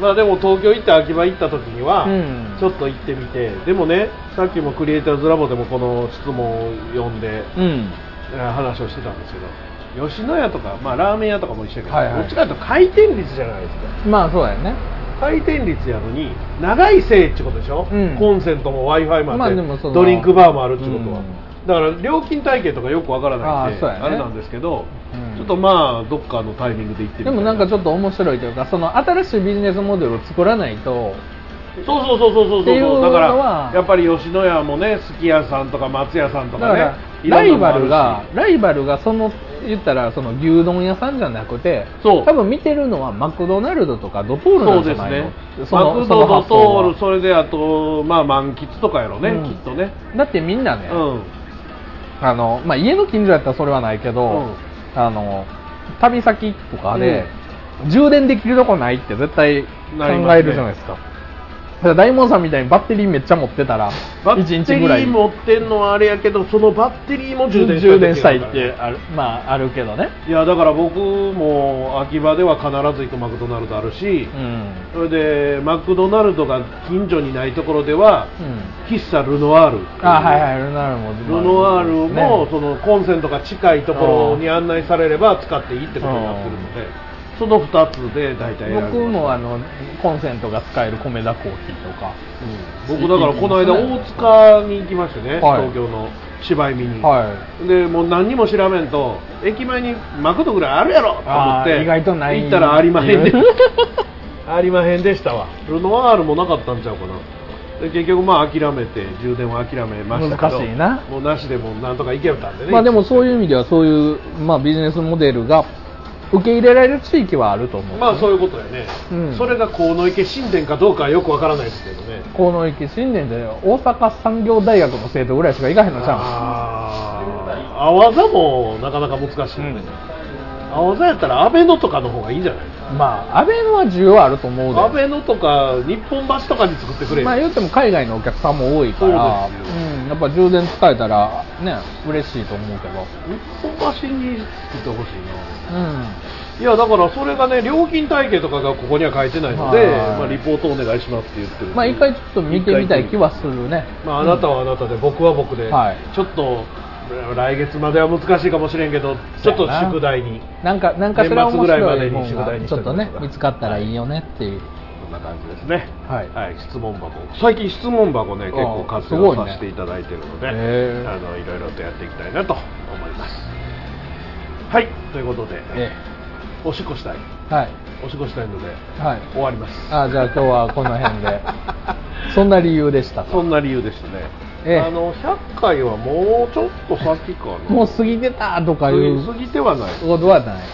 Speaker 1: まあでも東京行って秋葉行った時には、
Speaker 2: うん
Speaker 1: ちょっと行ってみてでもねさっきもクリエイターズラボでもこの質問を読んで、
Speaker 2: うんうん
Speaker 1: えー話をしてたんですけど吉野家とか、まあ、ラーメン屋とかも一緒やけど、
Speaker 2: はいはい
Speaker 1: どっちかというと回転率じゃないですか
Speaker 2: まあそうだよね
Speaker 1: 回転率やのに長いせいってことでしょ、
Speaker 2: うん
Speaker 1: コンセントも w i f i も
Speaker 2: ま
Speaker 1: あっ
Speaker 2: あ
Speaker 1: て、
Speaker 2: でもその
Speaker 1: ドリンクバーもあるってことは、
Speaker 2: うん
Speaker 1: だから料金体系とかよくわからないんで
Speaker 2: ああそうやね
Speaker 1: れなんですけど
Speaker 2: うん
Speaker 1: ちょっとまあどっかのタイミングで行ってみ
Speaker 2: で
Speaker 1: たい
Speaker 2: もなんかちょっと面白いというかその新しいビジネスモデルを作らないと
Speaker 1: そうそうそうそうそう
Speaker 2: っていう
Speaker 1: そう
Speaker 2: のは
Speaker 1: だからやっぱり吉野家もねすき家さんとか松屋さんと
Speaker 2: だ
Speaker 1: か
Speaker 2: か
Speaker 1: ね
Speaker 2: ら
Speaker 1: いろん
Speaker 2: ラ
Speaker 1: な
Speaker 2: イ
Speaker 1: のも
Speaker 2: バ
Speaker 1: ある
Speaker 2: ル
Speaker 1: し
Speaker 2: がライバルがその言ったらその牛丼屋さんじゃなくて
Speaker 1: そう
Speaker 2: 多分見てるのはマクドナルドとかドトール
Speaker 1: そ
Speaker 2: な
Speaker 1: うん
Speaker 2: じ
Speaker 1: で
Speaker 2: ゃ
Speaker 1: す
Speaker 2: ないの
Speaker 1: ね
Speaker 2: そ
Speaker 1: マ
Speaker 2: の
Speaker 1: ク
Speaker 2: そ
Speaker 1: ド
Speaker 2: の
Speaker 1: ド
Speaker 2: 発想
Speaker 1: ソウ
Speaker 2: は
Speaker 1: ルそれであとまあ満喫とかやろね、
Speaker 2: うん
Speaker 1: きっとね
Speaker 2: だってみんなね、
Speaker 1: うん
Speaker 2: あのまあ、家の近所やったらそれはないけど、
Speaker 1: うん
Speaker 2: あの旅先とかで、充電できるとこないって絶対考
Speaker 1: なりますね
Speaker 2: えるじゃないですか。だから大門さんみたいにバッテリーめっちゃ持ってたら
Speaker 1: バッテ
Speaker 2: 1日
Speaker 1: リ
Speaker 2: ぐらい
Speaker 1: ー持ってんのはあれやけどそのバッテリーも充電
Speaker 2: 充電したいっ
Speaker 1: とけ
Speaker 2: て
Speaker 1: な
Speaker 2: ある,、まあ、あるけどね、
Speaker 1: いやだから僕も秋葉では必ず行くマクドナルドあるし、
Speaker 2: うん
Speaker 1: それでマクドナルドが近所にないところでは
Speaker 2: うん、
Speaker 1: 喫茶ルノワールっていう
Speaker 2: あはいはいルナールも
Speaker 1: ルノワールも、
Speaker 2: ね
Speaker 1: そのコンセントが近いところに案内されれば使っていいってことになってるので、その2つで大体選びます
Speaker 2: 僕もあのコンセントが使える米田コーヒーとか、
Speaker 1: うん僕だからこの間大塚に行きましてね、
Speaker 2: はい
Speaker 1: 東京の芝居見に、
Speaker 2: は
Speaker 1: でもう何にも調べんと駅前にマクドぐらいあるやろと思っ
Speaker 2: あー
Speaker 1: て
Speaker 2: 意外とない
Speaker 1: 行ったらありまへんで
Speaker 2: ありまへんでしたわ
Speaker 1: ルノワールもなかったんちゃうかなで結局まあ諦めて充電は諦めましたけど
Speaker 2: 難しいな
Speaker 1: もうなしでもなんとかいけたんでね
Speaker 2: まあでもそう
Speaker 1: う
Speaker 2: いう意味ではそういう、まあ、ビジネスモデルが受け入れられる地域はあると思う、
Speaker 1: まあそういうことやね、
Speaker 2: うん
Speaker 1: それが河野池神殿かどうかはよくわからないですけどね
Speaker 2: 河野駅新年で大阪産業大学の生徒ぐらいしか行かへんのちゃ
Speaker 1: ああ泡座もなかなか難しいよね、
Speaker 2: うん
Speaker 1: 泡座やったら安倍のとかの方がいいんじゃないですか
Speaker 2: うんまあ安倍のは需要あると思うで
Speaker 1: 安倍のとか日本橋とかに作ってくれよ
Speaker 2: まあ言っても海外のお客さんも多いから
Speaker 1: そう
Speaker 2: う、
Speaker 1: です
Speaker 2: ん、やっぱ充電使えたらね嬉しいと思うけど
Speaker 1: 日本橋に作ってほしいな
Speaker 2: うん
Speaker 1: いやだからそれがね料金体系とかがここには書いてないので、
Speaker 2: はい
Speaker 1: まあ、リポートお願いしますって言ってるんで
Speaker 2: まあ一回ちょっと見てみたい気はするね
Speaker 1: まあ、あなたはあなたで、僕は僕で、
Speaker 2: はい
Speaker 1: ちょっと来月までは難しいかもしれんけどちょっと宿題に
Speaker 2: なんかなんかしら面
Speaker 1: 年末ぐらいまでに
Speaker 2: 白いもん
Speaker 1: 宿題
Speaker 2: が
Speaker 1: にし
Speaker 2: ち
Speaker 1: と
Speaker 2: ょ
Speaker 1: くと
Speaker 2: っ
Speaker 1: か
Speaker 2: とね見つかったらいいよねっていう
Speaker 1: こんな感じですね
Speaker 2: はい
Speaker 1: はい、質問箱最近質問箱ね結構
Speaker 2: あー
Speaker 1: 活
Speaker 2: す
Speaker 1: 用
Speaker 2: ごいね
Speaker 1: させていただいてるので
Speaker 2: へー
Speaker 1: あのいろいろとやっていきたいなと思いますはいということで、
Speaker 2: え
Speaker 1: おしっこしたい
Speaker 2: えはい
Speaker 1: おしっこしたいので
Speaker 2: はい
Speaker 1: 終わります
Speaker 2: あじゃあ今日はこの辺でそんな理由でした
Speaker 1: そんな理由でしたね、
Speaker 2: ええ
Speaker 1: あの100回はもうちょっと先かな
Speaker 2: もう過ぎてたとかいう
Speaker 1: 過ぎ過ぎてはない、
Speaker 2: ことはない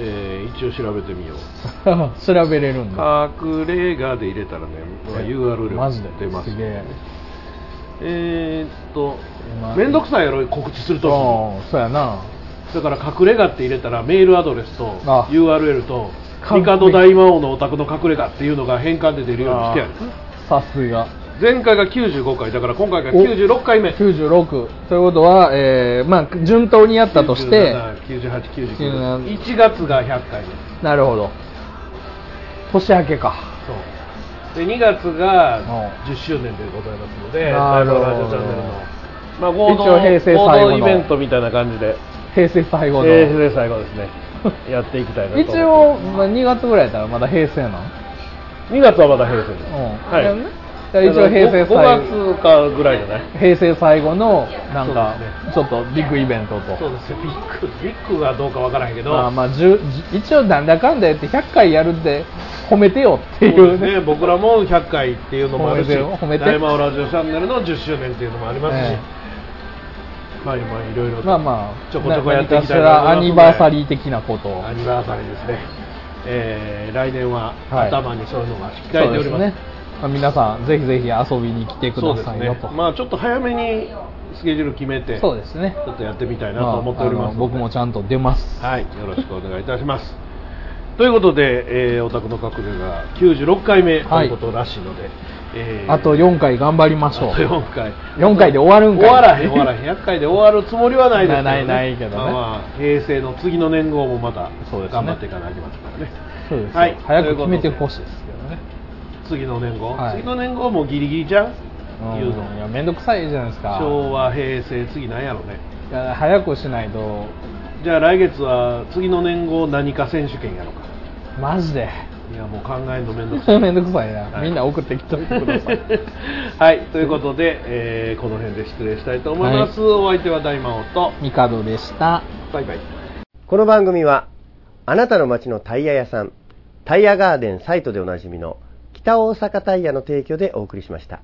Speaker 1: えー一応調べてみよう
Speaker 2: 調べれるんだ
Speaker 1: 隠れ家で入れたらね、まあ URL
Speaker 2: マジで
Speaker 1: 出ます
Speaker 2: すげえ
Speaker 1: えーっと
Speaker 2: まあ
Speaker 1: 面倒くさいやろ告知すると
Speaker 2: ああそうやな
Speaker 1: だから隠れ家って入れたらメールアドレスと
Speaker 2: あ
Speaker 1: URL と
Speaker 2: か
Speaker 1: ミカド大魔王のお宅の隠れ家っていうのが変換で出るようにしてある
Speaker 2: さすが
Speaker 1: 前回が95回だから今回が
Speaker 2: お
Speaker 1: 96回目
Speaker 2: 96ということは、えーまあ、順当にやったとして97
Speaker 1: 9899 1月が100回目
Speaker 2: なるほど年明けか
Speaker 1: そうで2月が10周年でございますので大
Speaker 2: なるほ
Speaker 1: 魔王ラジ
Speaker 2: ど
Speaker 1: オチャンネルのまあ合同
Speaker 2: 一応平成最後の
Speaker 1: 合同イベントみたいな感じで
Speaker 2: 平成最後の、
Speaker 1: 平成最後です ねやっていきたいなと
Speaker 2: 一応、まあ、2月ぐらいやったらまだ平成なの
Speaker 1: 2月はまだ平成です、はい
Speaker 2: うんだから一応平成
Speaker 1: 5
Speaker 2: 最
Speaker 1: 月
Speaker 2: 後
Speaker 1: かぐらいじゃない
Speaker 2: 平成最後のなんかち
Speaker 1: そ
Speaker 2: ょっとビッグイベントと
Speaker 1: そうですよビッグビッグはどうかわからへんけど、
Speaker 2: まあまあじゅじ一応なんだかんだ言って100回やるって褒めてよってい
Speaker 1: そうで
Speaker 2: う
Speaker 1: すね僕らも100回っていうのもあるし
Speaker 2: 褒めてよ褒めて
Speaker 1: 大魔王ラジオチャンネルの10周年っていうのもありますし、
Speaker 2: え
Speaker 1: まあ今いろいろと
Speaker 2: まあまあ
Speaker 1: ちょこちょこやってい
Speaker 2: 何
Speaker 1: き
Speaker 2: かした
Speaker 1: いなと
Speaker 2: らア
Speaker 1: 思い
Speaker 2: ニ
Speaker 1: ま
Speaker 2: バー
Speaker 1: す
Speaker 2: サ
Speaker 1: ので
Speaker 2: リー的なことを
Speaker 1: アニバーサリーですね、えー来年は
Speaker 2: はい
Speaker 1: 頭にそういうのが控
Speaker 2: そ
Speaker 1: え
Speaker 2: う
Speaker 1: てお
Speaker 2: で
Speaker 1: り
Speaker 2: す
Speaker 1: ます、
Speaker 2: ね、まあ、皆さんぜひぜひ遊びに来てく
Speaker 1: そう
Speaker 2: だ
Speaker 1: です
Speaker 2: さいよ
Speaker 1: ね
Speaker 2: と
Speaker 1: まあちょっと早めにスケジュール決めて
Speaker 2: そうですね
Speaker 1: ちょっとやってみたいなと思っておりますので、
Speaker 2: ああの僕もちゃんと出ます
Speaker 1: はい、よろしくお願いいたします。ということで、えー、お宅の隠れが96回目と
Speaker 2: はいいう
Speaker 1: ことらしいので、えー
Speaker 2: あと4回頑張りましょ
Speaker 1: あと
Speaker 2: う
Speaker 1: 4回。
Speaker 2: 4回で終わるんかい
Speaker 1: 終わらへん、終わらへん。100回で終わるつもりはないですけど、ね、
Speaker 2: ないないないけどね
Speaker 1: まあまあ平成の次の年号もまた
Speaker 2: そうですね
Speaker 1: 頑張っていかなきゃいけませんからね。
Speaker 2: そうですよ
Speaker 1: はい
Speaker 2: 早く決めてほしいですけどね
Speaker 1: 次の年号、
Speaker 2: はい
Speaker 1: 次の年号もギリギリじゃん、
Speaker 2: うん
Speaker 1: 言うの
Speaker 2: いや面倒くさいじゃないですか
Speaker 1: 昭和、平成、次なんやろね。
Speaker 2: いや早くしないと
Speaker 1: じゃあ来月は次の年号何か選手権やろうか。
Speaker 2: マジで
Speaker 1: いや、もう考えるのめんどく さい。
Speaker 2: 面倒くさいな、
Speaker 1: はい
Speaker 2: みんな送ってきておいてください
Speaker 1: はい、ということで、えーこの辺で失礼したいと思います。お相手は大魔王と、
Speaker 2: ミカドでした
Speaker 1: バイバイ。
Speaker 5: この番組はあなたの街のタイヤ屋さんタイヤガーデンサイトでおなじみの北大阪タイヤの提供でお送りしました。